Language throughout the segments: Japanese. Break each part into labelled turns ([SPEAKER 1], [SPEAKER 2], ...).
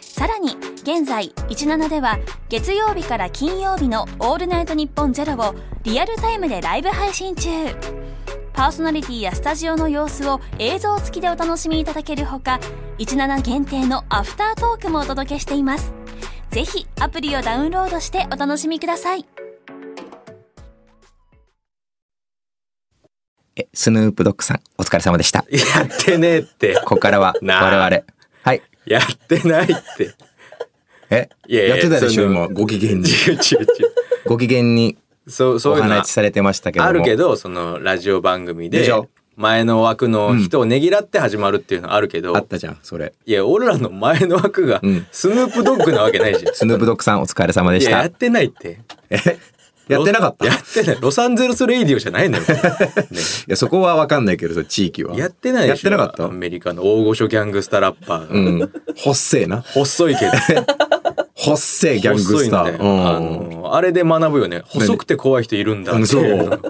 [SPEAKER 1] さらに現在17では月曜日から金曜日の「オールナイトニッポンゼロをリアルタイムでライブ配信中パーソナリティやスタジオの様子を映像付きでお楽しみいただけるほか17限定のアフタートークもお届けしていますぜひアプリをダウンロードしてお楽しみください
[SPEAKER 2] えスヌープドッグさんお疲れ様でした
[SPEAKER 3] やってねえって。
[SPEAKER 2] ここからは
[SPEAKER 3] なあ
[SPEAKER 2] 我々はい
[SPEAKER 3] やってない って。
[SPEAKER 2] え
[SPEAKER 3] いやい
[SPEAKER 2] や
[SPEAKER 3] や
[SPEAKER 2] ってたでしょ
[SPEAKER 3] その
[SPEAKER 2] 今ご機嫌に
[SPEAKER 3] 違う違う違う。
[SPEAKER 2] ご機嫌に
[SPEAKER 3] そう、
[SPEAKER 2] お
[SPEAKER 3] そういうのは
[SPEAKER 2] 話しされてましたけども
[SPEAKER 3] あるけど、そのラジオ番組
[SPEAKER 2] で
[SPEAKER 3] で
[SPEAKER 2] しょ、
[SPEAKER 3] 前の枠の人をねぎらって始まるっていうのはあるけど、
[SPEAKER 2] あったじゃんそれ
[SPEAKER 3] いや、俺らの前の枠が
[SPEAKER 2] うん、
[SPEAKER 3] スヌープドッグなわけ ないじゃん。
[SPEAKER 2] スヌープドッグさんお疲れ様で
[SPEAKER 3] い
[SPEAKER 2] し
[SPEAKER 3] や、や
[SPEAKER 2] た
[SPEAKER 3] ってないって。
[SPEAKER 2] やってなかった
[SPEAKER 3] やってない。ロサンゼルスレイディオじゃ ないのよ。ね
[SPEAKER 2] いやそこは分かんないけどその地域は
[SPEAKER 3] やってな
[SPEAKER 2] や
[SPEAKER 3] いで
[SPEAKER 2] っ
[SPEAKER 3] しょ。
[SPEAKER 2] てなかった
[SPEAKER 3] アメリカの大御所ギャングスターラッパーが。
[SPEAKER 2] うんほっせえな
[SPEAKER 3] 細いけど。
[SPEAKER 2] ほっせ えギャングスタ
[SPEAKER 3] 細い
[SPEAKER 2] ー
[SPEAKER 3] んだよあ
[SPEAKER 2] うん
[SPEAKER 3] のあれで学ぶよね。細くて怖い人いるんだって
[SPEAKER 2] う
[SPEAKER 3] い
[SPEAKER 2] んそうう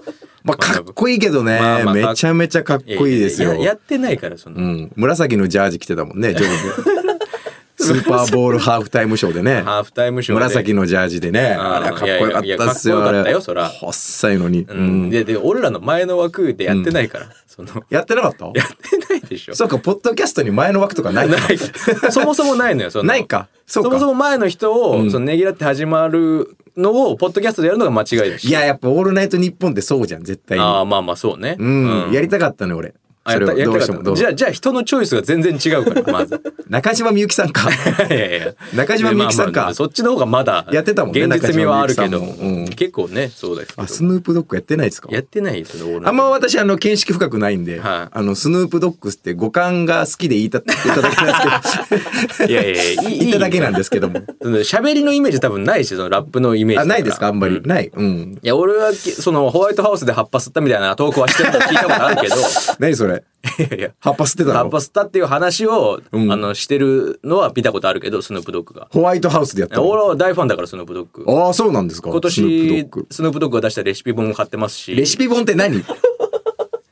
[SPEAKER 2] まあかっこいいけどね、
[SPEAKER 3] まあまあ
[SPEAKER 2] めちゃめちゃかっこいいですよ
[SPEAKER 3] やややってないから、その。
[SPEAKER 2] うん、紫のジャージ着てたもんねジョブ スーパーボールハーフタイムショーでね
[SPEAKER 3] ハーフタイムショーで。
[SPEAKER 2] 紫のジャージでね
[SPEAKER 3] あー
[SPEAKER 2] あれはかっこよかったっすよ
[SPEAKER 3] いやいやいやかっこよかったよ
[SPEAKER 2] あれ
[SPEAKER 3] そら
[SPEAKER 2] 細いのに、
[SPEAKER 3] う。
[SPEAKER 2] うんん
[SPEAKER 3] で、で、俺らの前の枠でやってないから。その、
[SPEAKER 2] やってなかった
[SPEAKER 3] やってないでしょ。
[SPEAKER 2] そうかポッドキャストに前の枠とかないか
[SPEAKER 3] ないからそもそもないのよ。その
[SPEAKER 2] ないかそうか
[SPEAKER 3] もそも前の人を、
[SPEAKER 2] うん
[SPEAKER 3] そのねぎらって始まるのを、ポッドキャストでやるのが間違いだし。
[SPEAKER 2] いややっぱ「オールナイトニッポン」ってそうじゃん絶対に
[SPEAKER 3] ああ、まあまあ、そうね。
[SPEAKER 2] うん、やり
[SPEAKER 3] た
[SPEAKER 2] たかったね俺
[SPEAKER 3] あや
[SPEAKER 2] それ
[SPEAKER 3] った
[SPEAKER 2] を
[SPEAKER 3] や
[SPEAKER 2] ど
[SPEAKER 3] り
[SPEAKER 2] う
[SPEAKER 3] た
[SPEAKER 2] して
[SPEAKER 3] か
[SPEAKER 2] も
[SPEAKER 3] っ
[SPEAKER 2] ど
[SPEAKER 3] た
[SPEAKER 2] う
[SPEAKER 3] じゃあ、じゃあ人のチョイスが全然違うから、 まず。
[SPEAKER 2] 中島みゆきさん か
[SPEAKER 3] いやいやいや
[SPEAKER 2] 中島みゆきさん
[SPEAKER 3] まあまあま
[SPEAKER 2] か
[SPEAKER 3] あそっちの方がまだ
[SPEAKER 2] やってたもんね
[SPEAKER 3] 現実味はあるけ
[SPEAKER 2] 中島
[SPEAKER 3] ど、
[SPEAKER 2] みゆきさんもうん
[SPEAKER 3] 結構ねそうですけ
[SPEAKER 2] あ
[SPEAKER 3] ど
[SPEAKER 2] スヌープドッグやってないですか
[SPEAKER 3] やってないよそれ俺
[SPEAKER 2] あんま私あの見識深くないんで、
[SPEAKER 3] はい
[SPEAKER 2] あのスヌープドッグスって五感が好きで言いた言っただけなん ですけど
[SPEAKER 3] いやいやいやいい
[SPEAKER 2] 言っただけなんですけども
[SPEAKER 3] その喋りのイメージ多分ないしそのラップのイメージだ
[SPEAKER 2] あ
[SPEAKER 3] ら
[SPEAKER 2] ないですかあんまり、
[SPEAKER 3] う
[SPEAKER 2] ないうん
[SPEAKER 3] いや俺はきそのホワイトハウスで葉っぱ吸ったみたいなトークはしてるの聞いたことあるけど
[SPEAKER 2] 何それ
[SPEAKER 3] いやいや
[SPEAKER 2] 葉っぱ吸ってた
[SPEAKER 3] 葉っぱ
[SPEAKER 2] の
[SPEAKER 3] 吸ったっていう話を、
[SPEAKER 2] うん
[SPEAKER 3] あのしてるのは見たことあるけどスヌープドッグが
[SPEAKER 2] ホワイトハウスでやったの
[SPEAKER 3] 俺は大ファンだからスヌープドッグ
[SPEAKER 2] ああそうなんですか
[SPEAKER 3] 今
[SPEAKER 2] スヌープ
[SPEAKER 3] 年
[SPEAKER 2] ドッグ
[SPEAKER 3] スヌープドッグが出したレシピ本も買ってますし
[SPEAKER 2] レシピ本って 何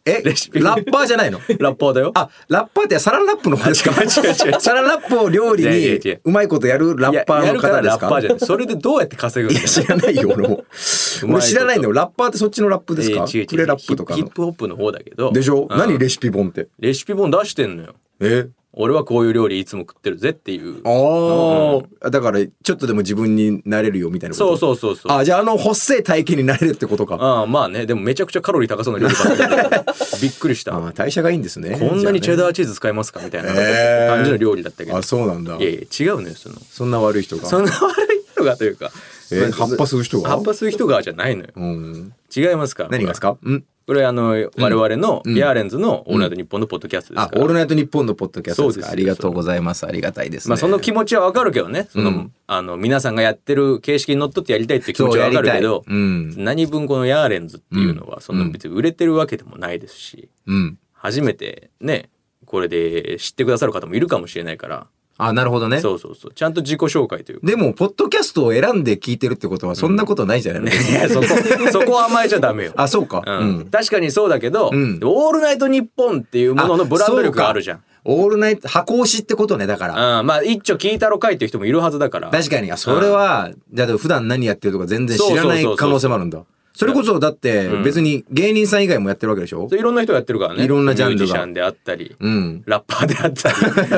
[SPEAKER 2] え
[SPEAKER 3] レシピ
[SPEAKER 2] ラッパーじゃ ないの
[SPEAKER 3] ラッパーだよ
[SPEAKER 2] あラッパーってサランラップの方ですか
[SPEAKER 3] 違う違う違う
[SPEAKER 2] サランラップを料理
[SPEAKER 3] いやいやい
[SPEAKER 2] に
[SPEAKER 3] や
[SPEAKER 2] うまいことやるラッパ
[SPEAKER 3] い
[SPEAKER 2] ーの
[SPEAKER 3] ややるから
[SPEAKER 2] 方です
[SPEAKER 3] ラッパ
[SPEAKER 2] か
[SPEAKER 3] ー じゃないそれでどうやって稼ぐんだよ
[SPEAKER 2] 知らないよ俺も
[SPEAKER 3] うまいこと
[SPEAKER 2] 俺知らないんだよラッパーってそっちのラップですか
[SPEAKER 3] えー違う違う
[SPEAKER 2] プレラップとか
[SPEAKER 3] ヒッ
[SPEAKER 2] の
[SPEAKER 3] プヒップホップの方だけど
[SPEAKER 2] でしょ
[SPEAKER 3] うん
[SPEAKER 2] 何レシピ本って
[SPEAKER 3] レシピ本出してんのよ
[SPEAKER 2] え
[SPEAKER 3] 俺はこういう料理いつも食ってるぜっていう
[SPEAKER 2] あーあだからちょっとでも自分になれるよみたいなこと
[SPEAKER 3] そうそうそうそう
[SPEAKER 2] あじゃああの細い体型になれるってことか
[SPEAKER 3] ああまあねでもめちゃくちゃカロリー高そうな料理ばっか りでびっくりし
[SPEAKER 2] あ
[SPEAKER 3] たこ
[SPEAKER 2] ー代謝がいいんですね
[SPEAKER 3] んなにチェ
[SPEAKER 2] ー
[SPEAKER 3] ダーチーズ使いますかみたいな
[SPEAKER 2] へー
[SPEAKER 3] 感じの料理だったけど
[SPEAKER 2] あそうなんだ
[SPEAKER 3] いやいや違うのよその
[SPEAKER 2] そんな悪い人が
[SPEAKER 3] そんな悪い人がというか
[SPEAKER 2] えー
[SPEAKER 3] まあ
[SPEAKER 2] 葉っぱ吸う人が
[SPEAKER 3] 葉っぱ吸う人がじゃないのよ
[SPEAKER 2] うん
[SPEAKER 3] 違いますから
[SPEAKER 2] 何がですかうん
[SPEAKER 3] これあの我々の
[SPEAKER 2] うん
[SPEAKER 3] ヤーレンズの「オールナイトニッポン」のポッドキャストで
[SPEAKER 2] あ
[SPEAKER 3] す、か
[SPEAKER 2] オ
[SPEAKER 3] ら、
[SPEAKER 2] ールナイトニッポンのポッドキャストですか。
[SPEAKER 3] そ
[SPEAKER 2] あ
[SPEAKER 3] うです
[SPEAKER 2] り
[SPEAKER 3] よ
[SPEAKER 2] がとうございます。ありがたいですね。
[SPEAKER 3] まあその気持ちはわかるけどねその、
[SPEAKER 2] うん
[SPEAKER 3] あの皆さんがやってる形式にのっとってやりたいっていう気持
[SPEAKER 2] そ
[SPEAKER 3] ち
[SPEAKER 2] う
[SPEAKER 3] は
[SPEAKER 2] や
[SPEAKER 3] わ
[SPEAKER 2] り
[SPEAKER 3] かる
[SPEAKER 2] た
[SPEAKER 3] け
[SPEAKER 2] い。
[SPEAKER 3] ど、
[SPEAKER 2] うん。
[SPEAKER 3] 何分このヤーレンズっていうのは、
[SPEAKER 2] うん
[SPEAKER 3] そんな別に売れてるわけでもないですし、
[SPEAKER 2] うん。
[SPEAKER 3] 初めてねこれで知ってくださる方もいるかもしれないから
[SPEAKER 2] あ、なるほどね。
[SPEAKER 3] そうそうそうちゃんと自己紹介というか。
[SPEAKER 2] でも、ポッドキャストを選んで聞いてるってことは、そんなことないじゃないの、
[SPEAKER 3] いやそ こそこは甘えちゃダメよ。
[SPEAKER 2] あ、そうか。
[SPEAKER 3] う
[SPEAKER 2] うんん。
[SPEAKER 3] 確かにそうだけど、
[SPEAKER 2] うん
[SPEAKER 3] オールナイトニッポンっていうもののブランド力があるじゃん。
[SPEAKER 2] オールナイト、箱推しってことね、だから。
[SPEAKER 3] うん、まあ一丁聞いたろかいっていう人もいるはずだから
[SPEAKER 2] 確かに。あそれは、だって普段何やってるとか全然知らない
[SPEAKER 3] そうそうそうそう
[SPEAKER 2] 可能性もあるんだ。それこそ、だって
[SPEAKER 3] うん、
[SPEAKER 2] 別に芸人さん以外もやってるわけでしょ
[SPEAKER 3] いろんな人がやってるからね
[SPEAKER 2] いろんなジャンルが
[SPEAKER 3] ミュージシャンであったり、
[SPEAKER 2] うん。
[SPEAKER 3] ラッパーであ っ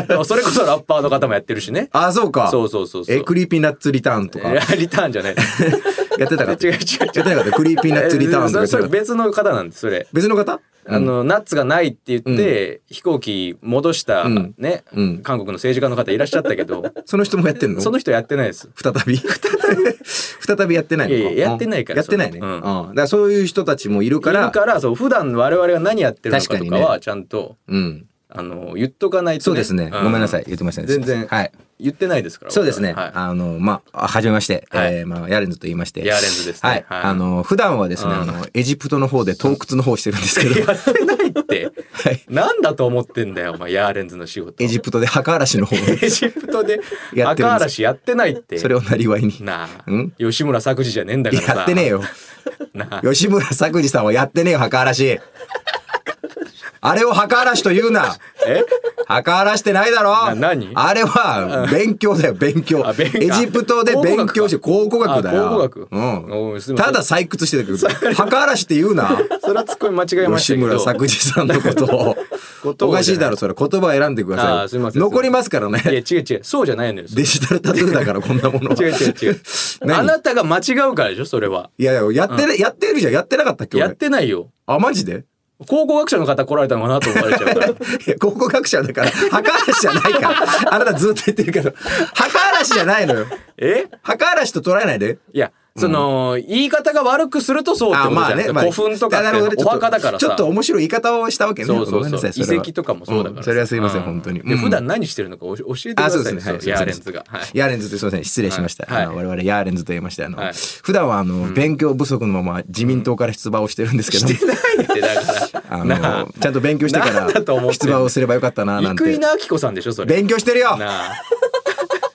[SPEAKER 3] たりそれこそラッパーの方もやってるしね
[SPEAKER 2] あ、そうか。
[SPEAKER 3] そうそうそうそう
[SPEAKER 2] え、クリーピーナッツリターンとか、や
[SPEAKER 3] いやリター ンじゃない
[SPEAKER 2] ってたかった。
[SPEAKER 3] 違う違う違う
[SPEAKER 2] やってなかった。クリーピーナッツリターンとかや
[SPEAKER 3] それ
[SPEAKER 2] って
[SPEAKER 3] そ
[SPEAKER 2] なか
[SPEAKER 3] れ
[SPEAKER 2] った。
[SPEAKER 3] 別の方なんですそれ、
[SPEAKER 2] 別の方
[SPEAKER 3] あ、のナッツがないって言って、飛行機戻した、
[SPEAKER 2] うん
[SPEAKER 3] ね、
[SPEAKER 2] うん
[SPEAKER 3] 韓国の政治家の方いらっしゃったけど
[SPEAKER 2] その人もやってんの
[SPEAKER 3] その人やってないです
[SPEAKER 2] 再び 再びやってないのか
[SPEAKER 3] いやいややってないから
[SPEAKER 2] やってないね、
[SPEAKER 3] そ
[SPEAKER 2] うん
[SPEAKER 3] のうん
[SPEAKER 2] だからそういう人たちもいる
[SPEAKER 3] い
[SPEAKER 2] か
[SPEAKER 3] る
[SPEAKER 2] ら
[SPEAKER 3] からそう普段我々が何やってるのかと
[SPEAKER 2] 確
[SPEAKER 3] か
[SPEAKER 2] かに
[SPEAKER 3] はちゃんと
[SPEAKER 2] うん
[SPEAKER 3] あの言っとかないと、ね、
[SPEAKER 2] そうですね。ごめんなさい。
[SPEAKER 3] う
[SPEAKER 2] 言ってましたね。
[SPEAKER 3] 全然
[SPEAKER 2] はい。
[SPEAKER 3] 言ってないですから
[SPEAKER 2] そうですね。
[SPEAKER 3] はい
[SPEAKER 2] あの、まあ、はじめまして。
[SPEAKER 3] はい
[SPEAKER 2] えーまあ、ヤレンズと言いまして。
[SPEAKER 3] ヤレンズですね
[SPEAKER 2] はい。
[SPEAKER 3] はい
[SPEAKER 2] あの、普段はですね、
[SPEAKER 3] うん
[SPEAKER 2] あの、エジプトの方で洞窟の方をしてるんですけど、
[SPEAKER 3] やってないって
[SPEAKER 2] はい。
[SPEAKER 3] なんだと思ってんだよお前ヤーレンズの仕事
[SPEAKER 2] エジプトで墓嵐の方を、
[SPEAKER 3] エジプトで
[SPEAKER 2] やってるんです
[SPEAKER 3] 赤嵐やってないって
[SPEAKER 2] それをなりわいに。
[SPEAKER 3] なあ
[SPEAKER 2] うん
[SPEAKER 3] 吉村作事じゃねえんだからさ
[SPEAKER 2] やってねえ よ。
[SPEAKER 3] なあ
[SPEAKER 2] 吉村作治さんはやってねえよ、墓嵐。あれを墓嵐と言うな。
[SPEAKER 3] え
[SPEAKER 2] 墓荒らしてないだろ
[SPEAKER 3] な何
[SPEAKER 2] あれは勉強だよ勉強
[SPEAKER 3] あ勉強
[SPEAKER 2] エジプトで勉強して考
[SPEAKER 3] 考
[SPEAKER 2] 古学
[SPEAKER 3] 古学か
[SPEAKER 2] だよ
[SPEAKER 3] あ考古学
[SPEAKER 2] う
[SPEAKER 3] お
[SPEAKER 2] ん
[SPEAKER 3] うすいませ
[SPEAKER 2] た
[SPEAKER 3] ん
[SPEAKER 2] だ採掘してた けど墓荒らしって言うな
[SPEAKER 3] それはツッコミ間違えまし
[SPEAKER 2] 吉
[SPEAKER 3] たけど
[SPEAKER 2] 村作治さんの ことを
[SPEAKER 3] ことを
[SPEAKER 2] おかしいだろそれ言葉選んでください
[SPEAKER 3] あーすいません
[SPEAKER 2] 残りますから
[SPEAKER 3] いや
[SPEAKER 2] ね
[SPEAKER 3] 違う違うそうじゃないのよ
[SPEAKER 2] デジタルタトゥーだからこんなものは
[SPEAKER 3] 違う違う違う
[SPEAKER 2] 何
[SPEAKER 3] あなたが間違うからでしょそれはい
[SPEAKER 2] やいややってる、やってるじゃんやってなかったっけ
[SPEAKER 3] やっ
[SPEAKER 2] 俺
[SPEAKER 3] てないよ
[SPEAKER 2] あマジで
[SPEAKER 3] 考古学者の方来られたのかなと思われちゃうか
[SPEAKER 2] い
[SPEAKER 3] ら
[SPEAKER 2] や考古学者だから墓荒らしじゃないからあなたずっと言ってるけど墓荒らしじゃないのよ
[SPEAKER 3] え
[SPEAKER 2] 墓嵐と捉えないで
[SPEAKER 3] いやその、言い方が悪くするとそうってことじゃん、古墳とか
[SPEAKER 2] なるほ
[SPEAKER 3] っ
[SPEAKER 2] ど
[SPEAKER 3] て
[SPEAKER 2] ね
[SPEAKER 3] お墓だから
[SPEAKER 2] ちょっとち
[SPEAKER 3] さ
[SPEAKER 2] ょっと面白い言い方をしたわけね
[SPEAKER 3] そうそう
[SPEAKER 2] ごめんな
[SPEAKER 3] そ
[SPEAKER 2] さ
[SPEAKER 3] う
[SPEAKER 2] いれ
[SPEAKER 3] 遺
[SPEAKER 2] は
[SPEAKER 3] 跡とかもそうだから
[SPEAKER 2] ん
[SPEAKER 3] さ
[SPEAKER 2] それはすいません
[SPEAKER 3] う
[SPEAKER 2] 本当に
[SPEAKER 3] で
[SPEAKER 2] うん
[SPEAKER 3] 普段何してるのかおし教えてくだ
[SPEAKER 2] あそう
[SPEAKER 3] さ
[SPEAKER 2] で
[SPEAKER 3] い
[SPEAKER 2] すね
[SPEAKER 3] ね
[SPEAKER 2] はい
[SPEAKER 3] はい
[SPEAKER 2] すいませ
[SPEAKER 3] ヤー
[SPEAKER 2] ん
[SPEAKER 3] レンズがはい
[SPEAKER 2] ヤーレンズってすみません失礼しました、
[SPEAKER 3] はい
[SPEAKER 2] あの我々ヤーレンズと言いましてあの、
[SPEAKER 3] はい
[SPEAKER 2] 普段はあの勉強不足のまま自民党から出馬をしてるんですけども、
[SPEAKER 3] ってだか
[SPEAKER 2] あ
[SPEAKER 3] ら な
[SPEAKER 2] のちゃんと勉強してか
[SPEAKER 3] なんだと
[SPEAKER 2] ら
[SPEAKER 3] 思っ
[SPEAKER 2] 出
[SPEAKER 3] てんの
[SPEAKER 2] 馬をすればよかったななん
[SPEAKER 3] 生
[SPEAKER 2] て
[SPEAKER 3] 稲晃子さんでしょそれ
[SPEAKER 2] 勉強してるよ
[SPEAKER 3] なあ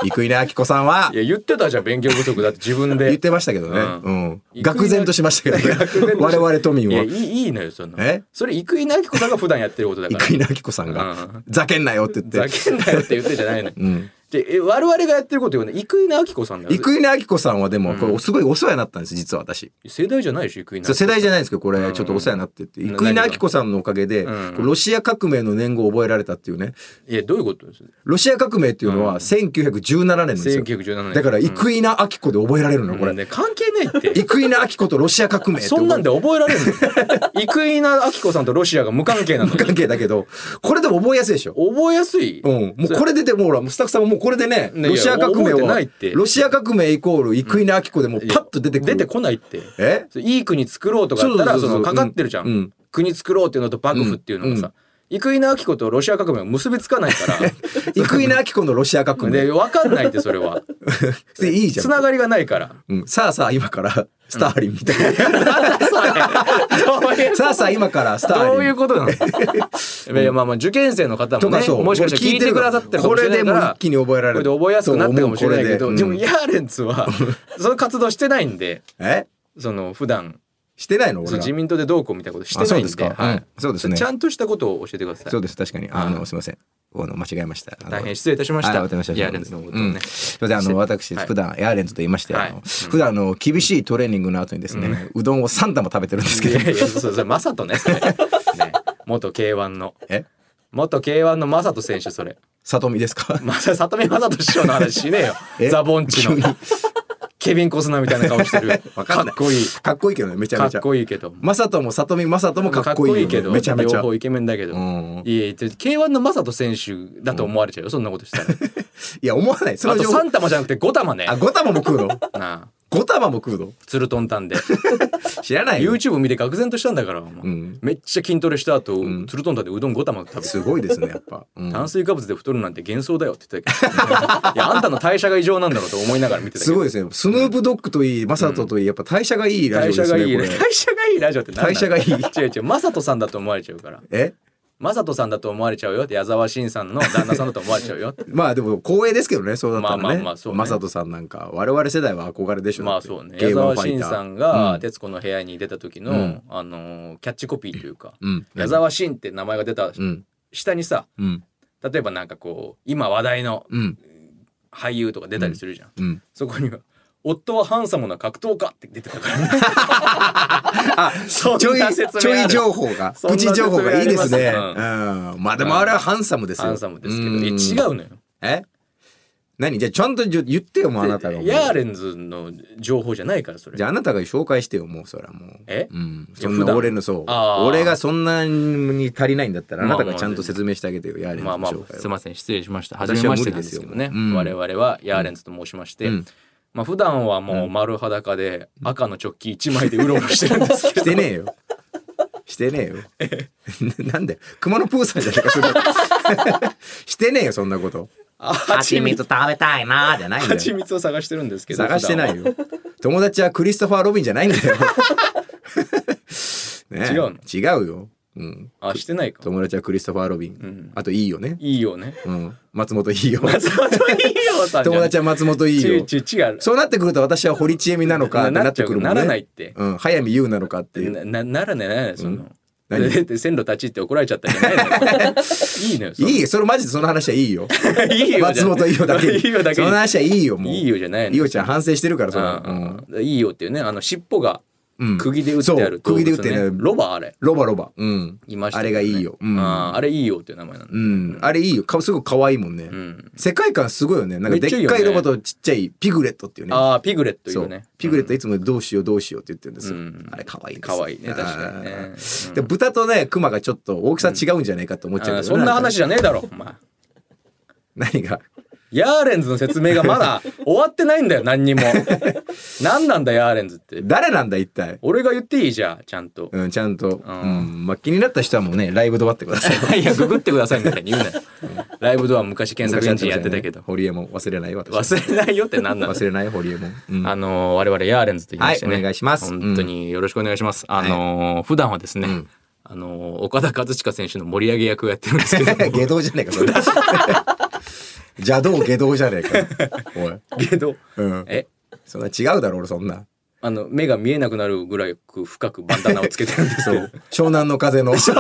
[SPEAKER 2] 生稲晃子さんはい
[SPEAKER 3] や言ってたじゃん勉強不足だって自分で
[SPEAKER 2] 言ってましたけどね、
[SPEAKER 3] うん
[SPEAKER 2] うん
[SPEAKER 3] 生稲
[SPEAKER 2] 愕然としましたけど
[SPEAKER 3] 愕然
[SPEAKER 2] ね
[SPEAKER 3] と し
[SPEAKER 2] 我々都民
[SPEAKER 3] いや
[SPEAKER 2] はい
[SPEAKER 3] いいいのよその
[SPEAKER 2] え
[SPEAKER 3] それ生稲晃子さんが普段やってることだから
[SPEAKER 2] 生稲晃子さん
[SPEAKER 3] う
[SPEAKER 2] が
[SPEAKER 3] ん
[SPEAKER 2] 「ざけんなよ」って言って
[SPEAKER 3] ざけんなよって言ってんじゃないのよ
[SPEAKER 2] うん
[SPEAKER 3] でえ我々がやってること言うの生稲晃子さんだよ
[SPEAKER 2] 生稲晃子さんはでもこれすごいお世話になったんです実は私、
[SPEAKER 3] 世代じゃないでしょ生稲
[SPEAKER 2] そう世代じゃないんですけどこ
[SPEAKER 3] う
[SPEAKER 2] れ
[SPEAKER 3] ん
[SPEAKER 2] ちょっとお世話になってて
[SPEAKER 3] 何
[SPEAKER 2] 生稲晃子さんのおかげで
[SPEAKER 3] うん
[SPEAKER 2] こうロシア革命の年号を覚えられたっていうね
[SPEAKER 3] いやどういうことです
[SPEAKER 2] ロシア革命っていうのは1917年なんですよ
[SPEAKER 3] 1917年
[SPEAKER 2] だから
[SPEAKER 3] うん
[SPEAKER 2] 生稲晃子で覚えられるのこれ、
[SPEAKER 3] ね関係ないって
[SPEAKER 2] 生稲晃子とロシア革命って
[SPEAKER 3] そんなんで覚えられる の生稲晃子さんとロシアが無関係なのに
[SPEAKER 2] 覚え無関係だけどこれでも覚えやすいでしょ
[SPEAKER 3] 覚えやすい、
[SPEAKER 2] うん、もうこれででもうほらもうスタッフさんももうこれでね
[SPEAKER 3] ね
[SPEAKER 2] ロシア革
[SPEAKER 3] い
[SPEAKER 2] 命
[SPEAKER 3] や覚えて
[SPEAKER 2] は
[SPEAKER 3] ないって
[SPEAKER 2] ロシア革命イコール生稲晃子でもう
[SPEAKER 3] いや
[SPEAKER 2] パッと出てくる
[SPEAKER 3] 出てこないって
[SPEAKER 2] え
[SPEAKER 3] そういい国作ろうとかだったら
[SPEAKER 2] そうそ
[SPEAKER 3] そ
[SPEAKER 2] うそうそう
[SPEAKER 3] のかかってるじゃん、
[SPEAKER 2] うんうん
[SPEAKER 3] 国作ろうっていうのと幕府っていうのがさ、生稲晃子とロシア革命は結びつか ないから
[SPEAKER 2] 生稲晃子のロシア革命
[SPEAKER 3] で分かんないってそれは
[SPEAKER 2] でいい じゃん
[SPEAKER 3] つながりがな いから。
[SPEAKER 2] うん、さあさあ今からスターリンみたいな、
[SPEAKER 3] どういう
[SPEAKER 2] さあさあ今からスター
[SPEAKER 3] どう
[SPEAKER 2] リ
[SPEAKER 3] い
[SPEAKER 2] ン
[SPEAKER 3] うことな のいやまあまあ受験生の方
[SPEAKER 2] と
[SPEAKER 3] も
[SPEAKER 2] か
[SPEAKER 3] ね
[SPEAKER 2] そう
[SPEAKER 3] もしかしたら聞いてくださってるかもしれないか
[SPEAKER 2] これでもう
[SPEAKER 3] ら
[SPEAKER 2] 一気に覚えられる
[SPEAKER 3] これで覚えやすくなったかもしれないけど
[SPEAKER 2] そう
[SPEAKER 3] で,、
[SPEAKER 2] 思うこれで
[SPEAKER 3] もヤーレン ツはその活動してないんで
[SPEAKER 2] うんえ
[SPEAKER 3] その普段
[SPEAKER 2] してないの
[SPEAKER 3] そ
[SPEAKER 2] 俺
[SPEAKER 3] う
[SPEAKER 2] ら
[SPEAKER 3] 自民党でどうこうみたいなことして
[SPEAKER 2] あそ
[SPEAKER 3] な
[SPEAKER 2] う
[SPEAKER 3] いん
[SPEAKER 2] で
[SPEAKER 3] です
[SPEAKER 2] か、
[SPEAKER 3] は
[SPEAKER 2] う
[SPEAKER 3] い
[SPEAKER 2] ん、そうですね
[SPEAKER 3] ちゃんとしたことを教えてください
[SPEAKER 2] そうです確かにあの、
[SPEAKER 3] うん
[SPEAKER 2] すいませんあの間違えましたあの
[SPEAKER 3] 大変失礼いたしまし
[SPEAKER 2] はい
[SPEAKER 3] た
[SPEAKER 2] わかりました
[SPEAKER 3] ヤーレンツのことを
[SPEAKER 2] うん
[SPEAKER 3] ね、
[SPEAKER 2] すいませんあの私
[SPEAKER 3] はい
[SPEAKER 2] 普段ヤーレンズと言いまして、
[SPEAKER 3] はい
[SPEAKER 2] あの
[SPEAKER 3] うん
[SPEAKER 2] 普段あの厳しいトレーニングの後にですね、うどんを3玉食べてるんですけ
[SPEAKER 3] い
[SPEAKER 2] ど
[SPEAKER 3] やいやそうそうマサトねそれね元 K1 の
[SPEAKER 2] え
[SPEAKER 3] 元 K1 のマサト選手それ
[SPEAKER 2] 里見ですか
[SPEAKER 3] マサ里見マサト師匠の話しねえ
[SPEAKER 2] え
[SPEAKER 3] よザボンチ
[SPEAKER 2] 急に
[SPEAKER 3] のケビン・コスナーみたいな顔してる
[SPEAKER 2] わ
[SPEAKER 3] か
[SPEAKER 2] か
[SPEAKER 3] っ
[SPEAKER 2] んない
[SPEAKER 3] こいい
[SPEAKER 2] かっこいいけどねめちゃ
[SPEAKER 3] か
[SPEAKER 2] め
[SPEAKER 3] っ
[SPEAKER 2] ちゃ
[SPEAKER 3] こいいけど
[SPEAKER 2] マサトも里見マサトもかっこいい,、
[SPEAKER 3] けど
[SPEAKER 2] めちゃめちゃ
[SPEAKER 3] 両方イケメンだけど、
[SPEAKER 2] うん
[SPEAKER 3] いやいや K1 のマサト選手だと思われちゃうよそんなことしたら
[SPEAKER 2] いや思わないそ
[SPEAKER 3] あ
[SPEAKER 2] の
[SPEAKER 3] と
[SPEAKER 2] 情報
[SPEAKER 3] 3玉じゃなくて5玉ね
[SPEAKER 2] あ5玉も食うの
[SPEAKER 3] なあ
[SPEAKER 2] 5玉も食うの
[SPEAKER 3] ツルトンタンで
[SPEAKER 2] 知らないよ
[SPEAKER 3] YouTube 見て愕然としたんだから、お前
[SPEAKER 2] ん
[SPEAKER 3] めっちゃ筋トレした後、
[SPEAKER 2] ん
[SPEAKER 3] ツルトンタンでうどん5玉食べて
[SPEAKER 2] すごいですねやっぱ、うん
[SPEAKER 3] 炭水化物で太るなんて幻想だよって言ってたけど いやあんたの代謝が異常なんだろうと思いながら見てたけど
[SPEAKER 2] すごいですねスヌープドッグといいマサトといいやっぱ代謝がいいラ
[SPEAKER 3] 代
[SPEAKER 2] ジ
[SPEAKER 3] 謝
[SPEAKER 2] オです
[SPEAKER 3] が
[SPEAKER 2] ね
[SPEAKER 3] いい
[SPEAKER 2] こ
[SPEAKER 3] ね
[SPEAKER 2] れ
[SPEAKER 3] 代謝がいいラジオって何なの
[SPEAKER 2] 代謝がいい
[SPEAKER 3] 違う違うマサトさんだと思われちゃうから
[SPEAKER 2] え
[SPEAKER 3] マサトさんだと思われちゃうよって矢沢慎さんの旦那さんだと思われちゃうよって
[SPEAKER 2] まあでも光栄ですけどねそうだったらね,、
[SPEAKER 3] まあまあまあそうね
[SPEAKER 2] マサトさんなんか我々世代は憧れでしょ
[SPEAKER 3] まあそうね
[SPEAKER 2] ゲー
[SPEAKER 3] 矢
[SPEAKER 2] マー
[SPEAKER 3] 沢
[SPEAKER 2] ファイ
[SPEAKER 3] 慎
[SPEAKER 2] ター
[SPEAKER 3] さんが
[SPEAKER 2] う
[SPEAKER 3] 『徹子の部屋』に出た時の、
[SPEAKER 2] うん
[SPEAKER 3] あのーキャッチコピーというか、
[SPEAKER 2] うん
[SPEAKER 3] 矢沢慎って名前が出た
[SPEAKER 2] うん
[SPEAKER 3] 下にさ
[SPEAKER 2] うん
[SPEAKER 3] 例えばなんかこう今話題の
[SPEAKER 2] うん
[SPEAKER 3] 俳優とか出たりするじゃん、
[SPEAKER 2] うん
[SPEAKER 3] そこには「夫はハンサムな格闘家」って出てたからね そん
[SPEAKER 2] ちょい
[SPEAKER 3] な説明ある
[SPEAKER 2] ちょい情報が
[SPEAKER 3] そん
[SPEAKER 2] プ
[SPEAKER 3] な
[SPEAKER 2] チ情報がいいですね
[SPEAKER 3] 説明
[SPEAKER 2] うん、
[SPEAKER 3] あ
[SPEAKER 2] まあでもあれはハンサムですよ
[SPEAKER 3] ハンサムですけど
[SPEAKER 2] ん
[SPEAKER 3] いや違うのよ
[SPEAKER 2] え何じゃあちゃんと言ってよもうあなたがもう
[SPEAKER 3] ヤーレンズの情報じゃないからそれ
[SPEAKER 2] じゃああなたが紹介してよもうそれはもう
[SPEAKER 3] え
[SPEAKER 2] うん、
[SPEAKER 3] い
[SPEAKER 2] そ
[SPEAKER 3] や普
[SPEAKER 2] んな
[SPEAKER 3] 段
[SPEAKER 2] 俺のそう
[SPEAKER 3] あー
[SPEAKER 2] 俺がそんなに足りないんだったらあ
[SPEAKER 3] まあ
[SPEAKER 2] な
[SPEAKER 3] ま
[SPEAKER 2] た
[SPEAKER 3] あ
[SPEAKER 2] がちゃんと説明してあげてよヤーレンズ
[SPEAKER 3] まあ
[SPEAKER 2] の
[SPEAKER 3] まあ
[SPEAKER 2] 紹介
[SPEAKER 3] すいません失礼しました初
[SPEAKER 2] 私
[SPEAKER 3] めま
[SPEAKER 2] は
[SPEAKER 3] し
[SPEAKER 2] 無
[SPEAKER 3] て
[SPEAKER 2] 理
[SPEAKER 3] なん
[SPEAKER 2] で
[SPEAKER 3] ですす
[SPEAKER 2] よ
[SPEAKER 3] けどね、
[SPEAKER 2] うん
[SPEAKER 3] 我々はヤーレンズと申しまして、
[SPEAKER 2] うん
[SPEAKER 3] まあ普段はもう丸裸で赤のチョッキ1枚でうろうろしてるんですけ
[SPEAKER 2] し
[SPEAKER 3] ど、
[SPEAKER 2] てねえよしてねえよ なんで熊野プーさんじゃねえかそれ してねえよそんなこと
[SPEAKER 3] あ
[SPEAKER 4] 蜂
[SPEAKER 3] 蜂
[SPEAKER 4] 蜜
[SPEAKER 3] 蜜
[SPEAKER 4] 食べたいなーじゃないんだ
[SPEAKER 3] 蜂
[SPEAKER 4] よ
[SPEAKER 3] 蜜を探してるんですけど
[SPEAKER 2] 探してないよ友達はクリストファー・ロビンじゃないんだよ ねえ
[SPEAKER 3] 違う
[SPEAKER 2] 違うよ、うん、
[SPEAKER 3] 普段はあしてないか
[SPEAKER 2] 友達はクリストファー・ロビン、
[SPEAKER 3] うん
[SPEAKER 2] あといいよね、
[SPEAKER 3] いいよね
[SPEAKER 2] うん、松本いいよ
[SPEAKER 3] 松本いいよさんじゃ
[SPEAKER 2] 友
[SPEAKER 3] ない
[SPEAKER 2] 達は松本いいよ
[SPEAKER 3] ちゅちゅ違う
[SPEAKER 2] そうなってくると私は堀ちえみなのかって
[SPEAKER 3] な
[SPEAKER 2] な
[SPEAKER 3] な
[SPEAKER 2] っ
[SPEAKER 3] っち
[SPEAKER 2] て
[SPEAKER 3] ゃう
[SPEAKER 2] くるもんね
[SPEAKER 3] ならないって
[SPEAKER 2] うん、早見優なのかっていう
[SPEAKER 3] ななならねならねそのだ
[SPEAKER 2] 何
[SPEAKER 3] って線路立ちって怒られちゃったじゃない のよいいのよその
[SPEAKER 2] いいよそれマジでその話はいいよ
[SPEAKER 3] いいよじゃない
[SPEAKER 2] 松本いいよだ けに
[SPEAKER 3] いいよだけ
[SPEAKER 2] そ
[SPEAKER 3] に
[SPEAKER 2] の話はいいよもう
[SPEAKER 3] いいよじゃないの
[SPEAKER 2] いいよちゃん反省してるからそれ、
[SPEAKER 3] う
[SPEAKER 2] うん
[SPEAKER 3] んいいよっていうねあの尻尾が
[SPEAKER 2] うん
[SPEAKER 3] 釘で打ってある
[SPEAKER 2] そう釘
[SPEAKER 3] 動物ね
[SPEAKER 2] で打ってね
[SPEAKER 3] ロバあれ
[SPEAKER 2] ロバロバうん
[SPEAKER 3] いました
[SPEAKER 2] あ
[SPEAKER 3] け
[SPEAKER 2] れ
[SPEAKER 3] どね
[SPEAKER 2] がいいようん
[SPEAKER 3] あーあれいいよっていう名前なんだ
[SPEAKER 2] うん、あれいいよかすごく可愛いもんね、
[SPEAKER 3] うん
[SPEAKER 2] 世界観すごいよねなんかで
[SPEAKER 3] めっちゃいい
[SPEAKER 2] っ
[SPEAKER 3] よね
[SPEAKER 2] かいロバとちっちゃいピグレットっていうね
[SPEAKER 3] ああピグレットいい
[SPEAKER 2] そ
[SPEAKER 3] よ
[SPEAKER 2] う
[SPEAKER 3] ね
[SPEAKER 2] ピグレットいつもどうしようどうしようって言ってるんですよ、
[SPEAKER 3] うん
[SPEAKER 2] あれ可愛いんですよ
[SPEAKER 3] 可愛いね確かにね
[SPEAKER 2] あー
[SPEAKER 3] うん
[SPEAKER 2] で豚とね熊がちょっと大きさ違うんじゃないかと思っちゃう
[SPEAKER 3] あー
[SPEAKER 2] けどね、
[SPEAKER 3] そんな話じゃねえだろお前
[SPEAKER 2] 何が
[SPEAKER 3] ヤーレンズの説明がまだ終わってないんだよ何にも 何なんだヤーレンズって
[SPEAKER 2] 誰なんだ一体
[SPEAKER 3] 俺が言っていいじゃあちゃんと
[SPEAKER 2] うん、ちゃんと、
[SPEAKER 3] うん
[SPEAKER 2] うんまあ、気になった人はもうねライブで終わってくださ い
[SPEAKER 3] いやググってくださいみたいに言うなよライブドア昔検索エンジンやってたけど
[SPEAKER 2] 堀江も忘れないわ
[SPEAKER 3] 忘れないよってなんなの
[SPEAKER 2] 忘れない堀江も、うん
[SPEAKER 3] あのー我々ヤーレンズと言いましてね、
[SPEAKER 2] はいお願いします
[SPEAKER 3] 本当によろしくお願いします。あのー普段はですね、
[SPEAKER 2] ん
[SPEAKER 3] あのー岡田和親選手の盛り上げ役をやってるんです けど、
[SPEAKER 2] 下道じゃねえか それ邪道下道じゃねえかおい、
[SPEAKER 3] けど、
[SPEAKER 2] うん、
[SPEAKER 3] え、
[SPEAKER 2] そんな違うだろ俺そんな
[SPEAKER 3] あの目が見えなくなるぐらい深くバンダナをつけてるんです
[SPEAKER 2] そ
[SPEAKER 3] けど
[SPEAKER 2] う湘南の風 の湘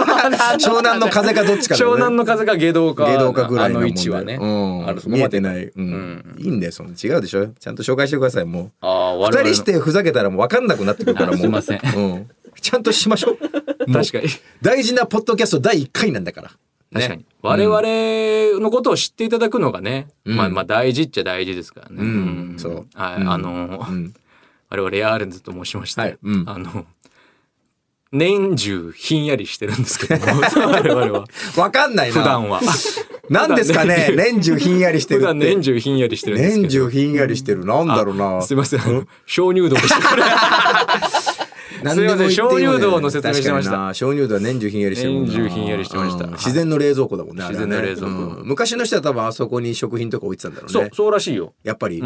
[SPEAKER 2] 南の風かどっちかだよね
[SPEAKER 3] 湘南の風が下道か、
[SPEAKER 2] 芸道家ぐらいの
[SPEAKER 3] あの
[SPEAKER 2] 問題
[SPEAKER 3] 位置はね、
[SPEAKER 2] うん
[SPEAKER 3] あのそこ
[SPEAKER 2] 見
[SPEAKER 3] ま
[SPEAKER 2] えて
[SPEAKER 3] で。
[SPEAKER 2] ない、うん
[SPEAKER 3] うん
[SPEAKER 2] いいんだよそんな違うでしょちゃんと紹介してくださいも
[SPEAKER 3] ああ、
[SPEAKER 2] う
[SPEAKER 3] 我
[SPEAKER 2] 二
[SPEAKER 3] 々の
[SPEAKER 2] 人してふざけたらもう分かんなくなってくるからも
[SPEAKER 3] あ
[SPEAKER 2] う
[SPEAKER 3] すいません
[SPEAKER 2] うん、ちゃんとしましょうもう
[SPEAKER 3] 確かに。
[SPEAKER 2] 大事なポッドキャスト第一回なんだから
[SPEAKER 3] 確かに、我々のことを知っていただくのがね、
[SPEAKER 2] ん
[SPEAKER 3] まあまあ大事っちゃ大事ですからね。うん
[SPEAKER 2] そう
[SPEAKER 3] はい、
[SPEAKER 2] うん
[SPEAKER 3] あの、
[SPEAKER 2] ん
[SPEAKER 3] 我々ヤーレンズと申しまして、
[SPEAKER 2] はいうん
[SPEAKER 3] あの年中ひんやりしてるんですけども 我々は
[SPEAKER 2] 分かんないな
[SPEAKER 3] 普段は
[SPEAKER 2] なんですかね年中ひんやりしてる
[SPEAKER 3] 普
[SPEAKER 2] って
[SPEAKER 3] 段年中ひんやりしてるんですけど
[SPEAKER 2] 年中ひんやりしてるなんだろうな
[SPEAKER 3] すいませんあの鍾乳洞でした
[SPEAKER 2] 何でも言っていい
[SPEAKER 3] すいません
[SPEAKER 2] よね
[SPEAKER 3] 鍾乳洞の説明してました
[SPEAKER 2] 確かにな鍾乳洞は年中ひんやりしてるもんな
[SPEAKER 3] 年中ひんやりしてました
[SPEAKER 2] うん自然の冷蔵庫だもんねあれはね
[SPEAKER 3] 自然の冷蔵庫
[SPEAKER 2] うん昔の人は多分あそこに食品とか置いてたんだろうね
[SPEAKER 3] そうそうらしいよ、
[SPEAKER 2] やっぱり、
[SPEAKER 3] う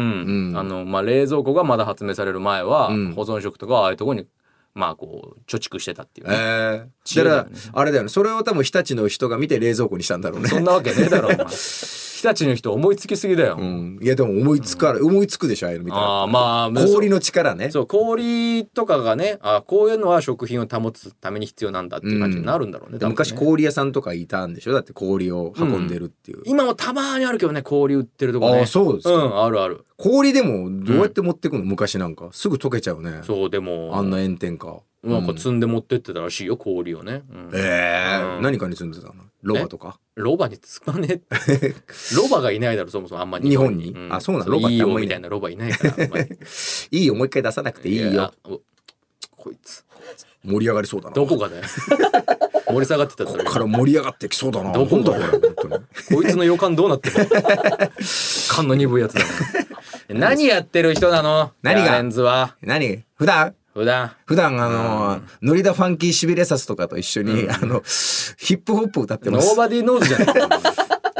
[SPEAKER 2] うん
[SPEAKER 3] んあのまあ、冷蔵庫がまだ発明される前は、
[SPEAKER 2] うん
[SPEAKER 3] 保存食とかああいうところにまあこう貯蓄してたっていう、
[SPEAKER 2] え
[SPEAKER 3] ね
[SPEAKER 2] ーだから
[SPEAKER 3] 知恵だよね
[SPEAKER 2] あれだよねそれを多分日立の人が見て冷蔵庫にしたんだろうね
[SPEAKER 3] そんなわけねえだろお 前日立の人思いつきすぎだよ、
[SPEAKER 2] うん、いやでも思いつかる、思いつくでしょああいうの見たら
[SPEAKER 3] ああまあ
[SPEAKER 2] 氷の力ね
[SPEAKER 3] そう氷とかがねあこういうのは食品を保つために必要なんだっていう感じになるんだろうね,、
[SPEAKER 2] で
[SPEAKER 3] 多分ね
[SPEAKER 2] 昔氷屋さんとかいたんでしょだって氷を運んでるっていう、
[SPEAKER 3] 今もたまーにあるけどね氷売ってるとこね
[SPEAKER 2] あそうですか
[SPEAKER 3] んあるある
[SPEAKER 2] 氷でもどうやって持ってくの、昔なんかすぐ溶けちゃうね
[SPEAKER 3] そうでも
[SPEAKER 2] あんな炎天下
[SPEAKER 3] なんか積んで持ってってたらしいよ氷をね、うん
[SPEAKER 2] ええ
[SPEAKER 3] うん
[SPEAKER 2] 何かに住んでたのロバとか
[SPEAKER 3] ロバに積まねえっ てロバがいないだろそもそもあんまり
[SPEAKER 2] 日本にあそうなの
[SPEAKER 3] ロ
[SPEAKER 2] ロ
[SPEAKER 3] バ
[SPEAKER 2] バ
[SPEAKER 3] い
[SPEAKER 2] っ
[SPEAKER 3] い
[SPEAKER 2] てあんまいない
[SPEAKER 3] よみたいなロバいないからあんまり
[SPEAKER 2] いいよもう一回出さなく ていいよ
[SPEAKER 3] やおこいつ
[SPEAKER 2] 盛り上がりそうだな
[SPEAKER 3] ど こがだよ盛り下がってた
[SPEAKER 2] こ
[SPEAKER 3] だ
[SPEAKER 2] こ
[SPEAKER 3] ろ
[SPEAKER 2] から盛り上がってきそうだな
[SPEAKER 3] どこが
[SPEAKER 2] なんだこれ本当に
[SPEAKER 3] こいつの予感どうな ってる勘の鈍いやつだな。 何やってる人なの
[SPEAKER 2] 何が
[SPEAKER 3] ヤーレンズは。
[SPEAKER 2] 何普段
[SPEAKER 3] 普段。
[SPEAKER 2] 普段あのノリダファンキーシビレサスとかと一緒に、あのヒップホップ歌って
[SPEAKER 3] ノ
[SPEAKER 2] ま
[SPEAKER 3] ー
[SPEAKER 2] す
[SPEAKER 3] バディーノーズ じゃない。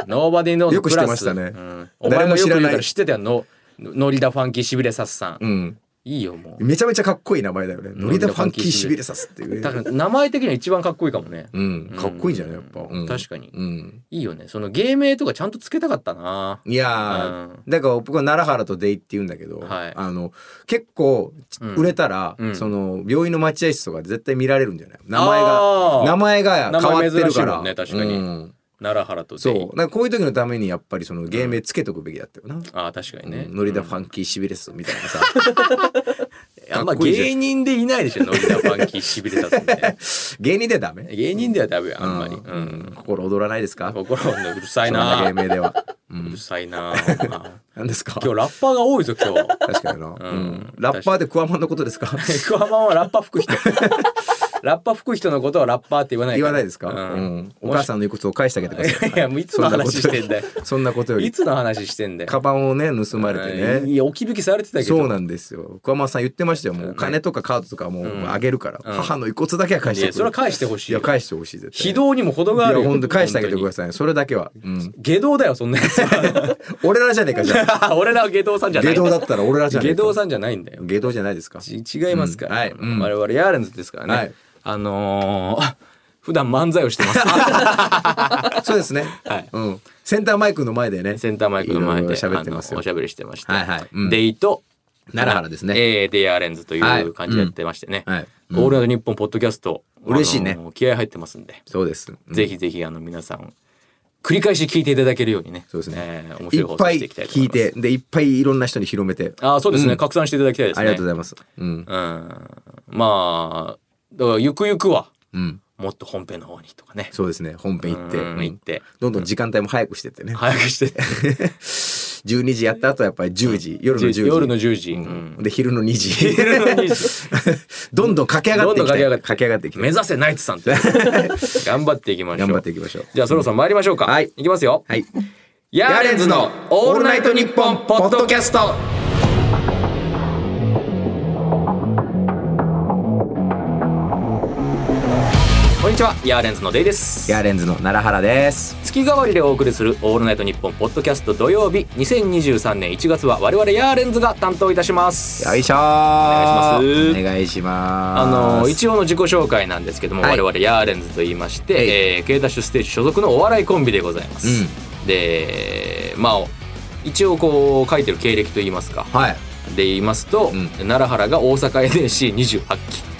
[SPEAKER 3] ノーバディーノーズ
[SPEAKER 2] よく知ってましたね
[SPEAKER 3] プラスうんお前もよく言
[SPEAKER 2] 誰も知
[SPEAKER 3] う
[SPEAKER 2] ら
[SPEAKER 3] か
[SPEAKER 2] な
[SPEAKER 3] ら
[SPEAKER 2] い
[SPEAKER 3] 知ってたよ。ノノリダファンキーしびれさすさん。
[SPEAKER 2] うん
[SPEAKER 3] いいよ、もう。
[SPEAKER 2] めちゃめちゃかっこいい名前だよねノリダファンキーシビレサスっていう
[SPEAKER 3] だから名前的には一番かっこいいかもね。
[SPEAKER 2] うん、かっこいいんじゃないやっぱ、うん
[SPEAKER 3] 確かに
[SPEAKER 2] うん、
[SPEAKER 3] いいよね。その芸名とかちゃんとつけたかったな。
[SPEAKER 2] いやー、
[SPEAKER 3] うん
[SPEAKER 2] だから僕は奈良原とデイって言うんだけど、
[SPEAKER 3] はい
[SPEAKER 2] あの結構
[SPEAKER 3] うん
[SPEAKER 2] 売れたら、
[SPEAKER 3] うん
[SPEAKER 2] その病院の待合室とかで絶対見られるんじゃない名前が
[SPEAKER 3] あー
[SPEAKER 2] 名前が変わってるから、
[SPEAKER 3] 名前珍しいもんね確かに
[SPEAKER 2] うん
[SPEAKER 3] 奈良原と
[SPEAKER 2] そう
[SPEAKER 3] 全
[SPEAKER 2] だ
[SPEAKER 3] 員
[SPEAKER 2] からこういう時のためにやっぱりその芸名つけとくべきだったよな、
[SPEAKER 3] ああ、確かにね。
[SPEAKER 2] うんノリダファンキーシビレスみたいなさ
[SPEAKER 3] あん
[SPEAKER 2] か
[SPEAKER 3] ま
[SPEAKER 2] っこいいじゃん
[SPEAKER 3] 芸人でいないでしょ、ノリダファンキーしびれさすみたいな。
[SPEAKER 2] 芸人ではダ メ
[SPEAKER 3] 芸人ではダメよあんまり、
[SPEAKER 2] う
[SPEAKER 3] うんん、
[SPEAKER 2] 心躍らないですか
[SPEAKER 3] 心のうるさい
[SPEAKER 2] そんな
[SPEAKER 3] な
[SPEAKER 2] 芸名では
[SPEAKER 3] うるさいな
[SPEAKER 2] 何ですか
[SPEAKER 3] 今日ラッパーが多いぞ今日
[SPEAKER 2] 確かにな、うん
[SPEAKER 3] ん
[SPEAKER 2] ラッパーでクワマンのことですか
[SPEAKER 3] エクアマンはラッパー吹く人ラッパ吹く人のことはラッパーって言わない
[SPEAKER 2] 言わないですか、
[SPEAKER 3] う
[SPEAKER 2] うんん、お母さんの遺骨を返してあげてください
[SPEAKER 3] いやもういつの話してんだよ
[SPEAKER 2] そんなことよ
[SPEAKER 3] い
[SPEAKER 2] り
[SPEAKER 3] つの話してんだよ
[SPEAKER 2] カバンをね盗まれて
[SPEAKER 3] い
[SPEAKER 2] ね
[SPEAKER 3] や置き引きされてたけど
[SPEAKER 2] そうなんですよ桑間さん言ってましたよもうお金とかカードとかはもうあげるから、
[SPEAKER 3] うん
[SPEAKER 2] 母の遺骨だけは返して
[SPEAKER 3] い
[SPEAKER 2] く
[SPEAKER 3] やそれは返してほしい
[SPEAKER 2] い
[SPEAKER 3] よ
[SPEAKER 2] や返してほしい絶対
[SPEAKER 3] 非道にも程があ
[SPEAKER 2] い
[SPEAKER 3] る
[SPEAKER 2] や
[SPEAKER 3] よ
[SPEAKER 2] 本当に返してあげてくだ
[SPEAKER 3] さ
[SPEAKER 2] さいそれだけは、うん、
[SPEAKER 3] 下道だよそんなやつ は
[SPEAKER 2] 俺らじゃねえかじゃ
[SPEAKER 3] 俺らは下道さん じ
[SPEAKER 2] あ
[SPEAKER 3] ゃな
[SPEAKER 2] 下
[SPEAKER 3] い
[SPEAKER 2] 道だったら俺らじゃね
[SPEAKER 3] 下
[SPEAKER 2] えか
[SPEAKER 3] 道さんじゃないんだよ
[SPEAKER 2] 下道じゃないですか
[SPEAKER 3] ち違いますから、
[SPEAKER 2] うんはいうん
[SPEAKER 3] 我々ヤーレンズですからね、
[SPEAKER 2] はい
[SPEAKER 3] あのー 普段漫才をしてます
[SPEAKER 2] そうですね、
[SPEAKER 3] はい
[SPEAKER 2] うん、センターマイクの前でね
[SPEAKER 3] センターマイクの前で
[SPEAKER 2] いろいろ喋ってます
[SPEAKER 3] あの
[SPEAKER 2] よ
[SPEAKER 3] おしゃべりしてまして、
[SPEAKER 2] はいはいうん
[SPEAKER 3] デイと
[SPEAKER 2] 奈良原ですね
[SPEAKER 3] えーデイアーレンズと
[SPEAKER 2] はいいう
[SPEAKER 3] 感じでやってましてね、
[SPEAKER 2] はいうん
[SPEAKER 3] オールナイトニッポンポッドキャスト
[SPEAKER 2] 嬉しいね
[SPEAKER 3] あのー気合入ってますんで、
[SPEAKER 2] そうです、うん
[SPEAKER 3] ぜひぜひあの皆さん繰り返し聞いていただけるようにね
[SPEAKER 2] そうですね
[SPEAKER 3] えー面
[SPEAKER 2] い
[SPEAKER 3] 白い
[SPEAKER 2] っ
[SPEAKER 3] 放送
[SPEAKER 2] ぱ
[SPEAKER 3] し
[SPEAKER 2] い
[SPEAKER 3] ていきたいと
[SPEAKER 2] 聞
[SPEAKER 3] 思い
[SPEAKER 2] い
[SPEAKER 3] ます
[SPEAKER 2] てでいっぱいいろんな人に広めて
[SPEAKER 3] あーそうです
[SPEAKER 2] う
[SPEAKER 3] ね、
[SPEAKER 2] ん
[SPEAKER 3] 拡散していただきたいです
[SPEAKER 2] あ
[SPEAKER 3] ね
[SPEAKER 2] りがとうござ
[SPEAKER 3] い
[SPEAKER 2] いますうん
[SPEAKER 3] うんまあだからゆくゆくは
[SPEAKER 2] うん
[SPEAKER 3] もっと本編の方にとかね
[SPEAKER 2] そうですね本編行って,、
[SPEAKER 3] うん行って
[SPEAKER 2] どんどん時間帯も早くしてってね、
[SPEAKER 3] 早くしてって
[SPEAKER 2] 12時やった後はやっぱり10時夜の10時
[SPEAKER 3] 夜の10時、
[SPEAKER 2] う
[SPEAKER 3] うん
[SPEAKER 2] んで昼の2時
[SPEAKER 3] 昼の2時
[SPEAKER 2] どんどん駆け上がっていきたい
[SPEAKER 3] どんどん
[SPEAKER 2] 駆け上がっていきた
[SPEAKER 3] 目
[SPEAKER 2] い
[SPEAKER 3] 指せナイツさ んって頑張っていきましょう
[SPEAKER 2] 頑張っていきましょう
[SPEAKER 3] じゃあそろそろ参りましょうか、
[SPEAKER 2] はい
[SPEAKER 3] いきますよ、
[SPEAKER 2] はい
[SPEAKER 3] ヤーレンズのオールナイトニッポンポッドキャストこんにちはヤーレンズのデイです
[SPEAKER 2] ヤーレンズの奈良原です
[SPEAKER 3] 月替わりでお送りする「オールナイトニッポン」ポッドキャスト土曜日2023年1月は我々ヤーレンズが担当いたします
[SPEAKER 2] よいしょお願
[SPEAKER 3] いします
[SPEAKER 2] お願いします
[SPEAKER 3] あの一応の自己紹介なんですけども、
[SPEAKER 2] はい
[SPEAKER 3] 我々ヤーレンズと言いまして、
[SPEAKER 2] はい
[SPEAKER 3] えー、K ダッシュステージ所属のお笑いコンビでございます、
[SPEAKER 2] う
[SPEAKER 3] でまあ一応こう書いてる経歴と言いますか
[SPEAKER 2] はい
[SPEAKER 3] で言いますと、
[SPEAKER 2] うん
[SPEAKER 3] 奈良原が大阪 NSC28 期、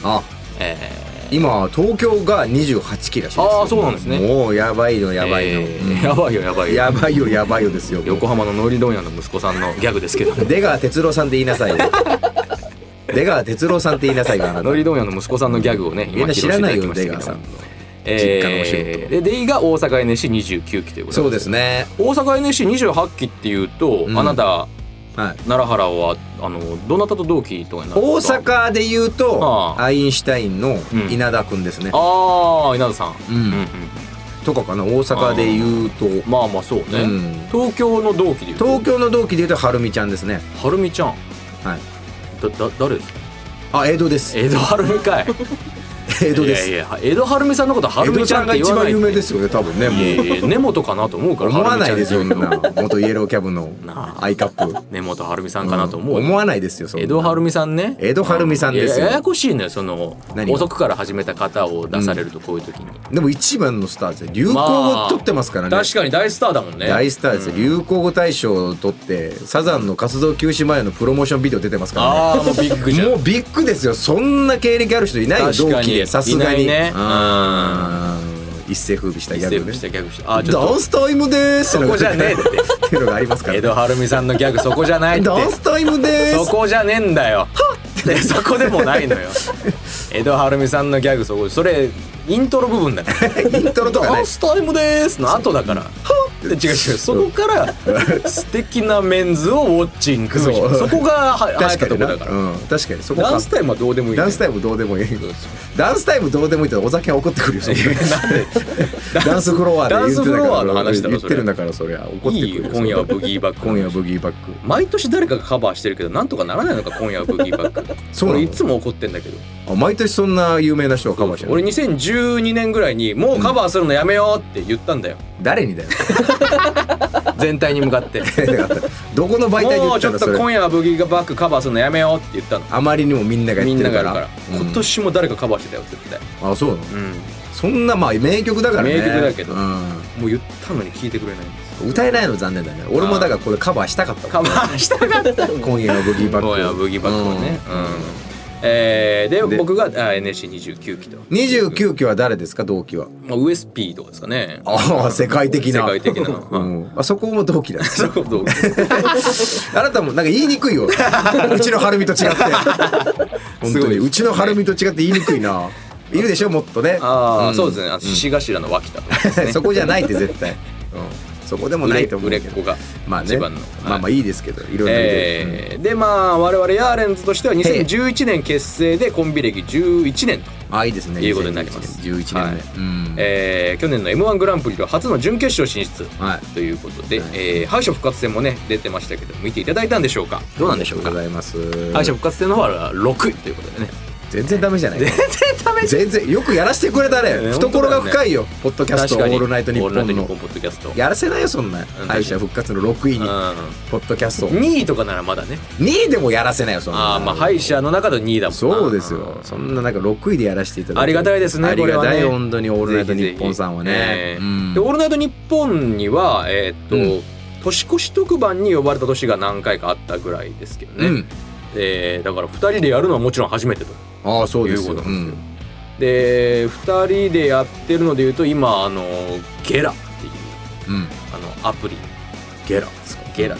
[SPEAKER 2] あ
[SPEAKER 3] え
[SPEAKER 2] 今東京が28期らしいです
[SPEAKER 3] あーそうなんですね
[SPEAKER 2] もうやばいの
[SPEAKER 3] ー
[SPEAKER 2] やばいの、
[SPEAKER 3] えーやばいよやばいよ
[SPEAKER 2] やばいよやばいよですよ
[SPEAKER 3] 横浜の農林問屋の息子さんのギャグです けど
[SPEAKER 2] 出川哲郎さんって言いなさい よ出川哲郎さんって言いなさいよあなた
[SPEAKER 3] 農林問屋の息子さんのギャグをね
[SPEAKER 2] みんな知らないよ出川さん
[SPEAKER 3] の
[SPEAKER 2] の
[SPEAKER 3] え
[SPEAKER 2] 実家のお仕事
[SPEAKER 3] ー、でデイが大阪 NSC29 期ということ
[SPEAKER 2] そうですね
[SPEAKER 3] 大阪 NSC28 期っていうと、
[SPEAKER 2] うん
[SPEAKER 3] あなた
[SPEAKER 2] はい
[SPEAKER 3] 奈良原はあのどなたと同期とかになるん
[SPEAKER 2] 大
[SPEAKER 3] ですか
[SPEAKER 2] 阪で言う
[SPEAKER 3] あ
[SPEAKER 2] と
[SPEAKER 3] あ
[SPEAKER 2] アインシュタインの
[SPEAKER 3] ん
[SPEAKER 2] 稲田くんですね、
[SPEAKER 3] ああ稲田さん、
[SPEAKER 2] うん
[SPEAKER 3] うんうん
[SPEAKER 2] とかかな大阪で言うと、
[SPEAKER 3] まあまあそうね、
[SPEAKER 2] うん
[SPEAKER 3] 東京の同期でいうと
[SPEAKER 2] 東京の同期で言うとはるみちゃんですね
[SPEAKER 3] はるみちゃん
[SPEAKER 2] はい
[SPEAKER 3] だだ誰ですか
[SPEAKER 2] あ江戸です
[SPEAKER 3] 江戸はるみかい
[SPEAKER 2] 江戸です
[SPEAKER 3] いやいや江戸はるみさんのことは
[SPEAKER 2] 江
[SPEAKER 3] るみ
[SPEAKER 2] 戸ち
[SPEAKER 3] ち
[SPEAKER 2] ゃ
[SPEAKER 3] ゃん
[SPEAKER 2] ん
[SPEAKER 3] っ
[SPEAKER 2] が
[SPEAKER 3] て
[SPEAKER 2] 一
[SPEAKER 3] 言わな
[SPEAKER 2] 番
[SPEAKER 3] い
[SPEAKER 2] 有名ですよね多分ね
[SPEAKER 3] い
[SPEAKER 2] も
[SPEAKER 3] やいや根本かなと思うか
[SPEAKER 2] う
[SPEAKER 3] ら
[SPEAKER 2] 思わないですよ
[SPEAKER 3] は
[SPEAKER 2] み
[SPEAKER 3] る
[SPEAKER 2] ん
[SPEAKER 3] みちゃんって
[SPEAKER 2] な元イエローキャブの
[SPEAKER 3] なあ
[SPEAKER 2] アイカップ
[SPEAKER 3] 言う根本はるみさんかなと思う、
[SPEAKER 2] 思わないですよそんな
[SPEAKER 3] 江戸はるみさんね
[SPEAKER 2] 江戸晴美さんですよ
[SPEAKER 3] いやややこしいのよその
[SPEAKER 2] 何が
[SPEAKER 3] 遅くから始めた方を出されるとこういう時に、
[SPEAKER 2] でも一番のスターですよ流行語取ってますからね、
[SPEAKER 3] 確かに大スターだもんね
[SPEAKER 2] 大スターですよ、流行語大賞を取ってサザンの活動休止前のプロモーションビデオ出てますからね
[SPEAKER 3] ああもうビッグじゃん
[SPEAKER 2] もうビッグですよそんな経歴ある人いないよ
[SPEAKER 3] 確かに
[SPEAKER 2] 同期でさすが
[SPEAKER 3] い
[SPEAKER 2] に
[SPEAKER 3] ないね
[SPEAKER 2] うん一世風靡したギ
[SPEAKER 3] 一
[SPEAKER 2] ャ
[SPEAKER 3] 世
[SPEAKER 2] グ
[SPEAKER 3] 風靡した
[SPEAKER 2] ね
[SPEAKER 3] ギャグしたあーちょっ
[SPEAKER 2] ダン
[SPEAKER 3] と
[SPEAKER 2] スタイムです
[SPEAKER 3] そこじゃねえって
[SPEAKER 2] っていうのがありますか
[SPEAKER 3] 江
[SPEAKER 2] ら
[SPEAKER 3] 戸晴美さんのギャグそこじゃないって
[SPEAKER 2] ダンスタイムで
[SPEAKER 3] そ
[SPEAKER 2] す
[SPEAKER 3] こじゃねえんだよでそこでもないのよ江戸晴美さんのギャグそこそれイントロ部分だから
[SPEAKER 2] イントロとか
[SPEAKER 3] ダ
[SPEAKER 2] ね
[SPEAKER 3] ンスタイムですの後だからで違う違うそこから素敵なメンズをウォッチング
[SPEAKER 2] そ
[SPEAKER 3] そうこがは入った
[SPEAKER 2] 確か
[SPEAKER 3] と
[SPEAKER 2] に
[SPEAKER 3] こ
[SPEAKER 2] な
[SPEAKER 3] だから、
[SPEAKER 2] うん確かにそこか
[SPEAKER 3] ダンスタイムはどうでもいいね、
[SPEAKER 2] ダンスタイムどうでもいいダンスタイムどうでもいいってお酒は怒ってくるよそんな
[SPEAKER 3] なんで
[SPEAKER 2] ダンスフロアで言って
[SPEAKER 3] ダンス
[SPEAKER 2] た
[SPEAKER 3] フ
[SPEAKER 2] か
[SPEAKER 3] ロア
[SPEAKER 2] ら
[SPEAKER 3] の話だろ
[SPEAKER 2] 言っ
[SPEAKER 3] そ
[SPEAKER 2] て
[SPEAKER 3] れ
[SPEAKER 2] るんだからそりゃ怒っ
[SPEAKER 3] い
[SPEAKER 2] て
[SPEAKER 3] い
[SPEAKER 2] く
[SPEAKER 3] よ
[SPEAKER 2] るよ
[SPEAKER 3] 今夜はブギーバック
[SPEAKER 2] 今夜はブギーバック
[SPEAKER 3] 毎年誰かがカバーしてるけどなんとかならないのか今夜はブギーバック
[SPEAKER 2] そうなの
[SPEAKER 3] 俺いつも怒ってんだけど
[SPEAKER 2] あ毎年そんな有名な人がカバーしてる
[SPEAKER 3] 俺2012年ぐらいにもうカバーするのやめようって言ったんだよ、
[SPEAKER 2] 誰にだよ
[SPEAKER 3] 全体に向か って
[SPEAKER 2] だから どこの媒体で
[SPEAKER 3] も
[SPEAKER 2] 言
[SPEAKER 3] う
[SPEAKER 2] っ
[SPEAKER 3] ち
[SPEAKER 2] た
[SPEAKER 3] ょっ
[SPEAKER 2] らそ
[SPEAKER 3] と
[SPEAKER 2] れ
[SPEAKER 3] 今夜はブギーバックカバーするのやめようって言ったの
[SPEAKER 2] あまりにもみんなが
[SPEAKER 3] み
[SPEAKER 2] 言っ
[SPEAKER 3] ん
[SPEAKER 2] て
[SPEAKER 3] な
[SPEAKER 2] る
[SPEAKER 3] が
[SPEAKER 2] か
[SPEAKER 3] や
[SPEAKER 2] ら
[SPEAKER 3] るから、
[SPEAKER 2] うん
[SPEAKER 3] 今年も誰かカバーしてたよ絶対、
[SPEAKER 2] あそうなの
[SPEAKER 3] うん、
[SPEAKER 2] そんなまあ名曲だからね
[SPEAKER 3] 名曲だけど
[SPEAKER 2] うん
[SPEAKER 3] もう言ったのに聞いてくれないんですよ
[SPEAKER 2] 歌えないの残念だね俺もだからこれカバーしたかった
[SPEAKER 3] カ
[SPEAKER 2] もん
[SPEAKER 3] バーしたかったのに
[SPEAKER 2] 今夜はブギーバック
[SPEAKER 3] 今夜はブギーバックをねうん、えーで
[SPEAKER 2] で
[SPEAKER 3] 僕があ NSC29 期と
[SPEAKER 2] うん29期は誰ですか同期は
[SPEAKER 3] まあ、ウエス P とかですかね
[SPEAKER 2] ああ世界的な
[SPEAKER 3] 世界的な、
[SPEAKER 2] うん、あそこも同期だね
[SPEAKER 3] そういうこと
[SPEAKER 2] あなたもなんか言いに くいようちのはるみと違って本
[SPEAKER 3] す
[SPEAKER 2] 当
[SPEAKER 3] ご
[SPEAKER 2] に
[SPEAKER 3] いう
[SPEAKER 2] ちのはるみと違って言いにくいないるでしょもっとね
[SPEAKER 3] ああ、
[SPEAKER 2] ん
[SPEAKER 3] そうですねあと獅子頭の脇田とかですね
[SPEAKER 2] そこじゃないって絶対、うんそこでも ないと思う
[SPEAKER 3] 売れ
[SPEAKER 2] け
[SPEAKER 3] っ
[SPEAKER 2] ど
[SPEAKER 3] 子が
[SPEAKER 2] まあ
[SPEAKER 3] 一
[SPEAKER 2] ね
[SPEAKER 3] 番の、
[SPEAKER 2] まあまあ
[SPEAKER 3] い
[SPEAKER 2] いいですけどいろいろな意味で、
[SPEAKER 3] えーでまあ我々ヤーレンズとしては2011年結成でコンビ歴11年と、
[SPEAKER 2] ああいいですね
[SPEAKER 3] いうことになります
[SPEAKER 2] 11年
[SPEAKER 3] はい
[SPEAKER 2] 目、うん
[SPEAKER 3] えー去年の m 1グランプリでは初の準決勝進出
[SPEAKER 2] はい
[SPEAKER 3] ということで、
[SPEAKER 2] はい
[SPEAKER 3] えー敗者復活戦もね出てましたけど見ていただいたんでしょうかどうなんでしょうか
[SPEAKER 2] ありがとございます
[SPEAKER 3] 敗者復活戦の方は6位ということでね
[SPEAKER 2] 全然ダメじゃない
[SPEAKER 3] 全然ダメ
[SPEAKER 2] 全然よくやらせてくれた
[SPEAKER 3] ね
[SPEAKER 2] ね懐が深いよポッドキャストオ
[SPEAKER 3] 確かに
[SPEAKER 2] ールナイトニッ
[SPEAKER 3] オールナ
[SPEAKER 2] ポ
[SPEAKER 3] イト
[SPEAKER 2] ン
[SPEAKER 3] ニッポン
[SPEAKER 2] の
[SPEAKER 3] ポッドキャスト
[SPEAKER 2] やらせないよそんな
[SPEAKER 3] かに
[SPEAKER 2] 敗者復活の6位に
[SPEAKER 3] う
[SPEAKER 2] ポッドキャスト
[SPEAKER 3] ん、
[SPEAKER 2] 2
[SPEAKER 3] 2位とかならまだね
[SPEAKER 2] 位でもやらせないよそんな
[SPEAKER 3] ああまあ敗者の中の2位だもんな
[SPEAKER 2] そうですよそんななんか6位でやらせていただいて
[SPEAKER 3] ありがたいですね
[SPEAKER 2] ありが
[SPEAKER 3] これは
[SPEAKER 2] たい
[SPEAKER 3] ね
[SPEAKER 2] 本当にオールナイトニッポンさんは
[SPEAKER 3] ぜ
[SPEAKER 2] ね
[SPEAKER 3] ひぜひえ
[SPEAKER 2] う
[SPEAKER 3] ー
[SPEAKER 2] ん
[SPEAKER 3] でオールナイトニッポンにはえーっと、年越し特番に呼ばれた年が何回かあったぐらいですけどね、
[SPEAKER 2] うん
[SPEAKER 3] えーだから2人でやるのはもちろん初めてと
[SPEAKER 2] ああそう
[SPEAKER 3] い
[SPEAKER 2] で
[SPEAKER 3] う
[SPEAKER 2] す
[SPEAKER 3] こ
[SPEAKER 2] よ
[SPEAKER 3] と
[SPEAKER 2] う
[SPEAKER 3] な
[SPEAKER 2] ん
[SPEAKER 3] んですよで2人でやってるのでいうと今あのゲラっていう
[SPEAKER 2] うん
[SPEAKER 3] あのアプリ
[SPEAKER 2] ゲラ
[SPEAKER 3] ゲラ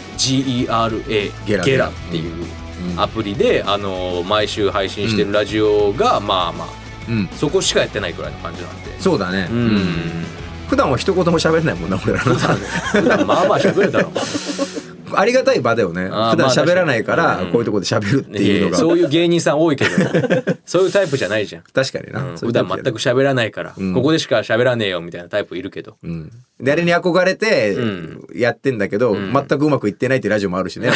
[SPEAKER 3] GERA
[SPEAKER 2] ゲラ
[SPEAKER 3] ゲラっていうアプリで、あの毎週配信してるラジオが、まあまあ
[SPEAKER 2] うん
[SPEAKER 3] そこしかやってないくらいの感じなんで
[SPEAKER 2] そうだね
[SPEAKER 3] うん、
[SPEAKER 2] 普段は一言も喋んないもんな俺らの
[SPEAKER 3] 普段まあまあ喋るだろう
[SPEAKER 2] ありがたい場だよね普
[SPEAKER 3] あー
[SPEAKER 2] 段喋らないか
[SPEAKER 3] まあ
[SPEAKER 2] ら
[SPEAKER 3] 確かに
[SPEAKER 2] こういうところで喋るって
[SPEAKER 3] いやい
[SPEAKER 2] いう
[SPEAKER 3] や
[SPEAKER 2] のが
[SPEAKER 3] そういう芸人さん多 いけどそういうタイプじゃないじゃん、
[SPEAKER 2] 確かにな、
[SPEAKER 3] うん
[SPEAKER 2] そういう時
[SPEAKER 3] 普段
[SPEAKER 2] は
[SPEAKER 3] 全く喋らないから、
[SPEAKER 2] ん
[SPEAKER 3] ここでしか喋らねえよみたいなタイプいるけど、
[SPEAKER 2] うんであれに憧れて
[SPEAKER 3] ん
[SPEAKER 2] やってんだけど、
[SPEAKER 3] ん
[SPEAKER 2] 全くうまくいってないってラジオもあるし ね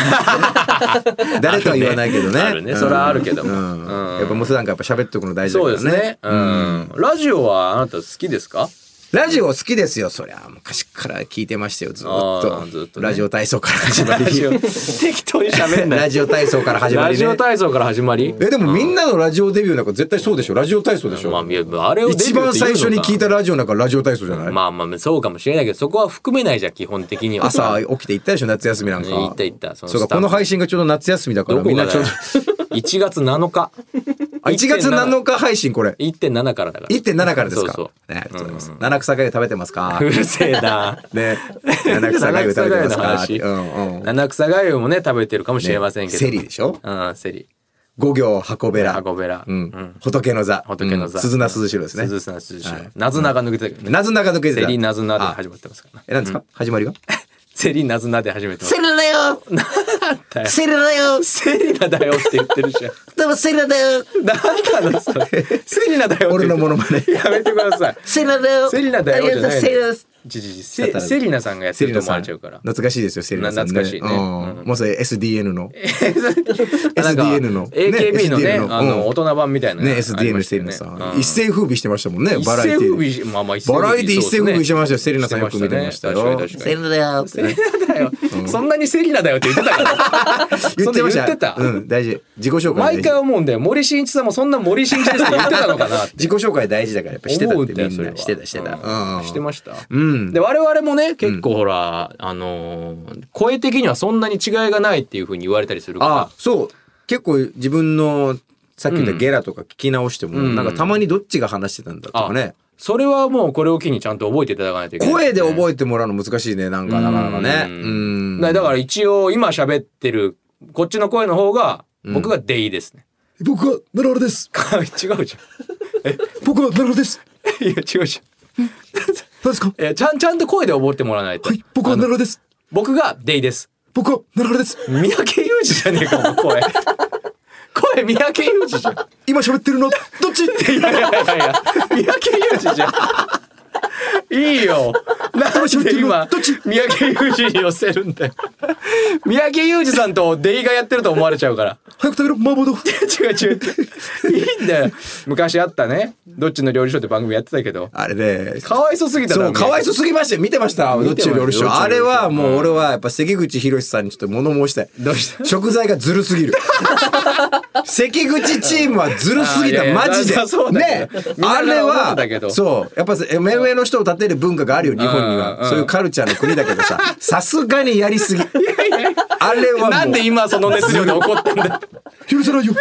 [SPEAKER 2] 誰とは言わないけどね
[SPEAKER 3] あるね
[SPEAKER 2] うん
[SPEAKER 3] それはあるけど
[SPEAKER 2] う
[SPEAKER 3] も
[SPEAKER 2] ん
[SPEAKER 3] うん
[SPEAKER 2] やっぱもう普段からやっぱ喋っとくの大事だ
[SPEAKER 3] そう
[SPEAKER 2] か
[SPEAKER 3] で
[SPEAKER 2] ら
[SPEAKER 3] すね
[SPEAKER 2] ね、
[SPEAKER 3] うんラジオはあなた好きですか
[SPEAKER 2] ラジオ好きですよそりゃ昔から聞いてましたよずーっ
[SPEAKER 3] あ
[SPEAKER 2] と
[SPEAKER 3] ーずーっとね
[SPEAKER 2] ラジオ体操から始まり
[SPEAKER 3] ラジオ 適当に喋んな
[SPEAKER 2] ラ
[SPEAKER 3] い
[SPEAKER 2] ジオ体操から始ま
[SPEAKER 3] ラ
[SPEAKER 2] り
[SPEAKER 3] ジオ
[SPEAKER 2] ね
[SPEAKER 3] 体操から始まり
[SPEAKER 2] えでもみんなのラジオデビューなんか絶対そうでしょラジオ体操でしょ、
[SPEAKER 3] まあ、いやあれをデビューって
[SPEAKER 2] 一
[SPEAKER 3] 言うの
[SPEAKER 2] 番
[SPEAKER 3] か
[SPEAKER 2] 最初に聞いたラジオなんかラジオ体操じゃない、
[SPEAKER 3] まあまあそうかもしれないけどそこは含めないじゃん基本的には
[SPEAKER 2] 朝起きて行ったでしょ夏休みなんか
[SPEAKER 3] 行った行ったそ
[SPEAKER 2] そ
[SPEAKER 3] の
[SPEAKER 2] うか
[SPEAKER 3] スタ
[SPEAKER 2] こ
[SPEAKER 3] ッフ
[SPEAKER 2] の配信がちょうど夏休みだから
[SPEAKER 3] ど
[SPEAKER 2] み
[SPEAKER 3] こ
[SPEAKER 2] ん
[SPEAKER 3] が
[SPEAKER 2] な
[SPEAKER 3] だ
[SPEAKER 2] ちょ
[SPEAKER 3] よ
[SPEAKER 2] うど
[SPEAKER 3] 1月7日
[SPEAKER 2] あ1月7日配信これ
[SPEAKER 3] 1.7からだから
[SPEAKER 2] 1.7からですか
[SPEAKER 3] そうそう
[SPEAKER 2] ねありがとうございます七草がゆ食べてます か
[SPEAKER 3] うるせえな
[SPEAKER 2] ね七草がゆ食べてますか
[SPEAKER 3] 七草粥の話
[SPEAKER 2] うんうん
[SPEAKER 3] 七草がゆもね食べてるかもしれません
[SPEAKER 2] ね
[SPEAKER 3] けど、
[SPEAKER 2] セリでしょ
[SPEAKER 3] うんセリ
[SPEAKER 2] 五行箱べら
[SPEAKER 3] 箱べら
[SPEAKER 2] うん
[SPEAKER 3] うん
[SPEAKER 2] 仏の座
[SPEAKER 3] 仏の座
[SPEAKER 2] うん鈴名鈴代ですね
[SPEAKER 3] 鈴砂鈴代、
[SPEAKER 2] はい
[SPEAKER 3] なずなが抜けてたけどね
[SPEAKER 2] なずなが抜けて
[SPEAKER 3] セ
[SPEAKER 2] た
[SPEAKER 3] リなずなで
[SPEAKER 2] あ
[SPEAKER 3] 始まってますからね
[SPEAKER 2] えなんですか始まりが
[SPEAKER 3] セリなずなで始めてます
[SPEAKER 4] セリナだ よセリナ
[SPEAKER 3] だよ
[SPEAKER 4] だよ
[SPEAKER 3] セリナだよって言って るじゃん
[SPEAKER 4] でもセリナだよ
[SPEAKER 3] なんなのそれセリナだよって言ってる
[SPEAKER 2] 俺のモノマネ
[SPEAKER 3] やめてください
[SPEAKER 4] セリナだよ
[SPEAKER 3] セリナだ
[SPEAKER 4] あり
[SPEAKER 3] よじ
[SPEAKER 4] がとう
[SPEAKER 3] ゃない
[SPEAKER 4] セリナ
[SPEAKER 3] の
[SPEAKER 4] です
[SPEAKER 3] じじじセセリナさんがやって
[SPEAKER 2] セ
[SPEAKER 3] る
[SPEAKER 2] リ
[SPEAKER 3] と
[SPEAKER 2] ナさ
[SPEAKER 3] 思われ
[SPEAKER 2] ん
[SPEAKER 3] ちゃうから
[SPEAKER 2] 懐かしいですよセリナさん
[SPEAKER 3] な懐かしいね
[SPEAKER 2] うん
[SPEAKER 3] うん
[SPEAKER 2] もうそれ SDN の
[SPEAKER 3] なんか
[SPEAKER 2] SDN のね
[SPEAKER 3] AKB のね
[SPEAKER 2] SDN の
[SPEAKER 3] あ
[SPEAKER 2] うん
[SPEAKER 3] の大人版みたいな
[SPEAKER 2] ね SDN セ
[SPEAKER 3] て
[SPEAKER 2] リ
[SPEAKER 3] る
[SPEAKER 2] ナさん一世風靡してましてましたもんね
[SPEAKER 3] 一
[SPEAKER 2] バラエ
[SPEAKER 3] 世
[SPEAKER 2] テ
[SPEAKER 3] 風
[SPEAKER 2] ィで
[SPEAKER 3] 靡しまあまあ一世
[SPEAKER 2] バラエティ
[SPEAKER 3] 風靡
[SPEAKER 2] 一世風靡してましたよ
[SPEAKER 3] そう
[SPEAKER 2] セリ
[SPEAKER 3] で
[SPEAKER 2] ナ
[SPEAKER 3] す
[SPEAKER 2] さん
[SPEAKER 3] ね
[SPEAKER 2] よく見てましたよ
[SPEAKER 3] 確かに確か
[SPEAKER 4] セリナだよ
[SPEAKER 3] にセリナだよ そんなにセリナだよって言ってたから
[SPEAKER 2] 言ってました
[SPEAKER 3] そんな言ってた
[SPEAKER 2] うん大事自己紹介
[SPEAKER 3] 毎
[SPEAKER 2] 大事
[SPEAKER 3] 回思うんだよ森進一さんもそんな森進一ですって言ってたのかなって
[SPEAKER 2] 自己紹介大事だからやっぱしてた
[SPEAKER 3] 思
[SPEAKER 2] っ
[SPEAKER 3] うん
[SPEAKER 2] て
[SPEAKER 3] だよ
[SPEAKER 2] み
[SPEAKER 3] そ
[SPEAKER 2] ん
[SPEAKER 3] れは
[SPEAKER 2] なしてたしてた
[SPEAKER 3] うんしてました
[SPEAKER 2] うん
[SPEAKER 3] で我々もね結構ほら、あのー声的にはそんなに違いがないっていうふうに言われたりするから
[SPEAKER 2] あそう結構自分のさっき言ったゲラとか聞き直しても、
[SPEAKER 3] うん
[SPEAKER 2] なんかたまにどっちが話してたんだとかね、
[SPEAKER 3] それはもうこれを機にちゃんと覚えていただかないといけない、
[SPEAKER 2] 声で覚えてもらうの難しいねなんかなかなかね
[SPEAKER 3] う
[SPEAKER 2] うんん
[SPEAKER 3] だだから一応今喋ってるこっちの声の方が僕がデイですね、
[SPEAKER 2] 僕はナララです
[SPEAKER 3] 違うじゃん
[SPEAKER 2] 僕はナララです
[SPEAKER 3] いや違うじ
[SPEAKER 2] 何ですか
[SPEAKER 3] ゃんえちゃんちゃんと声で覚えてもらわないと、
[SPEAKER 2] 僕はナララです
[SPEAKER 3] 僕がデイです
[SPEAKER 2] 僕はナララです
[SPEAKER 3] 三宅裕二じゃねえかもう声声三宅裕二じゃん
[SPEAKER 2] 今喋ってるのどっ ちって
[SPEAKER 3] いやいやいやいや三宅裕二じゃんいいよなんで今三宅裕二に寄せるんだよ三宅裕二さんとデイがやってると思われちゃうから
[SPEAKER 2] 早く食べろ麻婆豆腐
[SPEAKER 3] 違う違う違ういいんだよ昔あったねどっちの料理賞って番組やってたけど
[SPEAKER 2] あれね
[SPEAKER 3] かわいそすぎた
[SPEAKER 2] そうかわいそう
[SPEAKER 3] す
[SPEAKER 2] すぎましたよ見てましたどっ
[SPEAKER 3] 見てました
[SPEAKER 2] ちより俺
[SPEAKER 3] どっちより
[SPEAKER 2] あれはもう俺はやっぱ関口宏さんにちょっと物申したい
[SPEAKER 3] どうした
[SPEAKER 2] 食材がずるすぎ る関口チームはずるすぎ
[SPEAKER 3] あ
[SPEAKER 2] た
[SPEAKER 3] ーいやいや
[SPEAKER 2] マジで
[SPEAKER 3] そうだけ
[SPEAKER 2] ね
[SPEAKER 3] どみんな
[SPEAKER 2] あれ
[SPEAKER 3] 思ってたけ
[SPEAKER 2] は
[SPEAKER 3] ど
[SPEAKER 2] そうやっぱ目上の人を立てる文化があるよ日本に
[SPEAKER 3] うんうん
[SPEAKER 2] はそういうカルチャーの国だけど ささすがにやりすぎあれはもう
[SPEAKER 3] なんで今その熱量で怒ってんだ
[SPEAKER 2] 許せないよ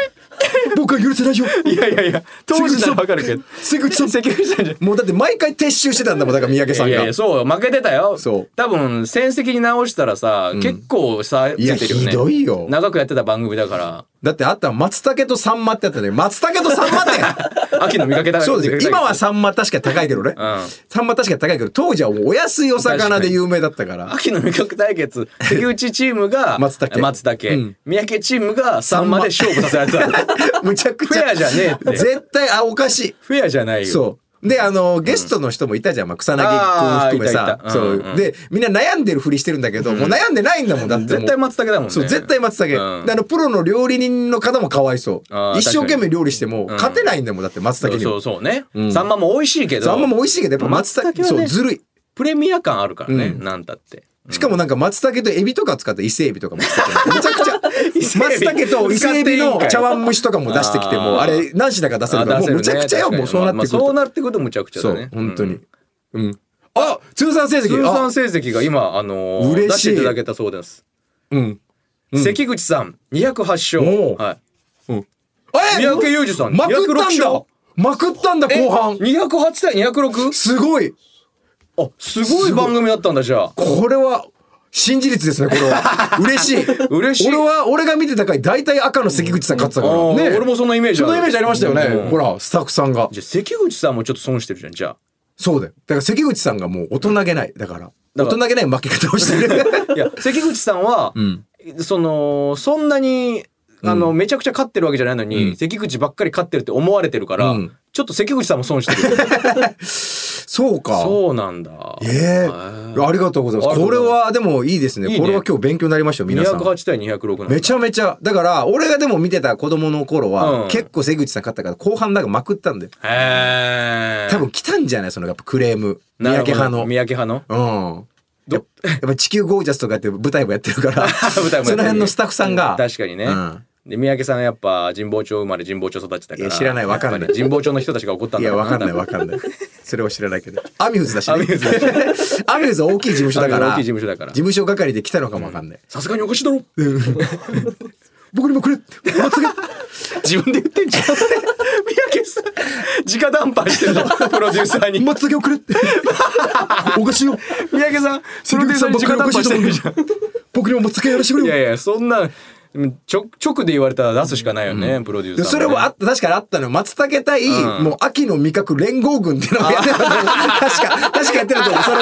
[SPEAKER 2] 僕は許せないよ
[SPEAKER 3] いやいやいや当時ならわかるけど
[SPEAKER 2] 関口さん
[SPEAKER 3] 関口さんじゃ
[SPEAKER 2] もうだって毎回撤収してたんだもんだから三宅さん
[SPEAKER 3] い
[SPEAKER 2] が
[SPEAKER 3] やいやそうよ負けてたよ
[SPEAKER 2] そう
[SPEAKER 3] 多分戦績に直したらさ、結構さつ
[SPEAKER 2] いや
[SPEAKER 3] いてるよね
[SPEAKER 2] ひどいよ
[SPEAKER 3] 長くやってた番組だから
[SPEAKER 2] だってあったの松茸とサンマってあったね松茸とサンマって
[SPEAKER 3] 秋の見かけだ
[SPEAKER 2] そう ですよ今は
[SPEAKER 3] さ
[SPEAKER 2] サンマ確かに高いけどね、
[SPEAKER 3] うん
[SPEAKER 2] サンマ確かに高いけど当時はもうお安いお魚で有名だったから
[SPEAKER 3] 秋の味覚 対決関内チームが
[SPEAKER 2] 松茸
[SPEAKER 3] 松茸、
[SPEAKER 2] うん
[SPEAKER 3] 三宅チームがサンマで勝負させられて た
[SPEAKER 2] むちゃくち
[SPEAKER 3] フェ
[SPEAKER 2] ゃ
[SPEAKER 3] アじゃねえって
[SPEAKER 2] 絶対あおかしい
[SPEAKER 3] フェアじゃないよ
[SPEAKER 2] そう。で、あの、ゲストの人もいたじゃん。まあ、草薙君含め
[SPEAKER 3] あーい
[SPEAKER 2] さ
[SPEAKER 3] たい。た
[SPEAKER 2] そううん
[SPEAKER 3] うん。
[SPEAKER 2] で、みんな悩んでるふりしてるんだけど、もう悩んでないんだもん、だってもう。
[SPEAKER 3] 絶対松茸だもんね
[SPEAKER 2] そう、絶対松茸。
[SPEAKER 3] うん
[SPEAKER 2] であの、プロの料理人の方もかわいそう
[SPEAKER 3] あ。ー
[SPEAKER 2] 一生懸命料理しても、
[SPEAKER 3] ん
[SPEAKER 2] 勝てないんだもん、だって松
[SPEAKER 3] そ
[SPEAKER 2] 茸
[SPEAKER 3] う
[SPEAKER 2] に
[SPEAKER 3] そう
[SPEAKER 2] も。
[SPEAKER 3] そうね、サンマも美味しいけど
[SPEAKER 2] あんまも美味しいけど、やっぱ松
[SPEAKER 3] 松茸
[SPEAKER 2] 茸、
[SPEAKER 3] はね
[SPEAKER 2] そう、ずるい。
[SPEAKER 3] プレミア感あるからね、
[SPEAKER 2] うん
[SPEAKER 3] なんたって
[SPEAKER 2] しかもなんか松茸とエビとか使った伊勢エビとかも使ってるめちゃくち ゃ
[SPEAKER 3] 勢エ
[SPEAKER 2] 松
[SPEAKER 3] ビ
[SPEAKER 2] 茸と伊勢エビの茶碗蒸しとかも出してきても
[SPEAKER 3] あ
[SPEAKER 2] あ
[SPEAKER 3] ー
[SPEAKER 2] れ何品か出せるから
[SPEAKER 3] あ
[SPEAKER 2] も
[SPEAKER 3] 出
[SPEAKER 2] う
[SPEAKER 3] せる
[SPEAKER 2] むちゃくちゃよ
[SPEAKER 3] ね
[SPEAKER 2] もうそうなってくる
[SPEAKER 3] まあまあそ
[SPEAKER 2] と
[SPEAKER 3] うなってくるとむちゃくちゃだね
[SPEAKER 2] そう本当
[SPEAKER 3] う
[SPEAKER 2] に
[SPEAKER 3] ん。
[SPEAKER 2] うん。あ、通算成績。
[SPEAKER 3] 通
[SPEAKER 2] あ
[SPEAKER 3] 算成績が今あのー
[SPEAKER 2] 嬉しい
[SPEAKER 3] 出していただけたそうです、
[SPEAKER 2] うん。
[SPEAKER 3] 関口さん208
[SPEAKER 2] お
[SPEAKER 3] 勝、
[SPEAKER 2] う
[SPEAKER 3] はい、
[SPEAKER 2] え
[SPEAKER 3] 三宅裕二さん
[SPEAKER 2] まくったん
[SPEAKER 3] 206
[SPEAKER 2] だ。まくったんだ
[SPEAKER 3] え
[SPEAKER 2] 後半。
[SPEAKER 3] 208対 206?
[SPEAKER 2] すごい。
[SPEAKER 3] あすごい番組だったんだじゃあ
[SPEAKER 2] これは新事実ですね。これ は嬉しい。
[SPEAKER 3] 嬉しい
[SPEAKER 2] 俺は俺が見てた回大体赤の関口さん勝ってたから。
[SPEAKER 3] あー
[SPEAKER 2] ね。
[SPEAKER 3] 俺もそのイメージ
[SPEAKER 2] そのイメージありましたよ
[SPEAKER 3] うん
[SPEAKER 2] ね。ほらスタッフさんが。
[SPEAKER 3] じゃあ関口さんもちょっと損してるじゃんじゃ
[SPEAKER 2] そうだよ。だから関口さんがもう大人げないだから。
[SPEAKER 3] だ
[SPEAKER 2] 大
[SPEAKER 3] から
[SPEAKER 2] 人げない負け方をして る。
[SPEAKER 3] あいや関口さんは、
[SPEAKER 2] ん
[SPEAKER 3] そのそんなにあの、めちゃくちゃ勝ってるわけじゃないのに、関口ばっかり勝ってるって思われてるから、
[SPEAKER 2] うん
[SPEAKER 3] ちょっと関口さんも損してる
[SPEAKER 2] そうか。
[SPEAKER 3] そうなんだ
[SPEAKER 2] ええありがとうございます。これはでもいいですね。
[SPEAKER 3] いいね
[SPEAKER 2] これは今日勉強になりましたよ皆さん。
[SPEAKER 3] 208対206なんだ
[SPEAKER 2] めちゃめちゃだから俺がでも見てた子供の頃は、
[SPEAKER 3] うん
[SPEAKER 2] 結構関口さん勝ったから後半なんかまくったんで
[SPEAKER 3] へえ
[SPEAKER 2] 多分来たんじゃないそのやっぱクレーム三宅派の。
[SPEAKER 3] 三宅派の
[SPEAKER 2] うんやっぱやっぱ地球ゴージャスとかって 舞台もやってるから
[SPEAKER 3] 舞台もやってる
[SPEAKER 2] その辺のスタッフさんが
[SPEAKER 3] 確かにね、
[SPEAKER 2] うん
[SPEAKER 3] で三宅さんはやっぱ神保町生まれ神保町育ちだから
[SPEAKER 2] いや知らないわかんない
[SPEAKER 3] やっぱり神保町の人たちが怒ったん
[SPEAKER 2] い
[SPEAKER 3] だ
[SPEAKER 2] や
[SPEAKER 3] ろう
[SPEAKER 2] わかんない
[SPEAKER 3] 多分
[SPEAKER 2] わかんないそれは知らないけどアミューズだし、ね、
[SPEAKER 3] アミューズだ
[SPEAKER 2] アミューズは大きい事務所だから
[SPEAKER 3] アミューズ大きい事務所だから
[SPEAKER 2] 事務所係で来たのかもわかんない、
[SPEAKER 3] さすがにおかしいだろ
[SPEAKER 2] 僕にもくれ 俺は次
[SPEAKER 3] 自分で言ってんじ ゃん三宅さん直談判してる じゃんプロデューサーに
[SPEAKER 2] まつげをくれって おかしいよ
[SPEAKER 3] 三宅さんプロデューサーに直談判してるじゃん
[SPEAKER 2] 僕にもまつげやらしてくれ
[SPEAKER 3] い
[SPEAKER 2] よ
[SPEAKER 3] やいやそんな直直で言われたら出すしかないよね、プロデュ
[SPEAKER 2] で
[SPEAKER 3] ーサー、ね、
[SPEAKER 2] それもあった確かにあったのよ松茸対、
[SPEAKER 3] うん
[SPEAKER 2] もう秋の味覚連合軍っていうのをやってたのよ確か確かやってると思うそれ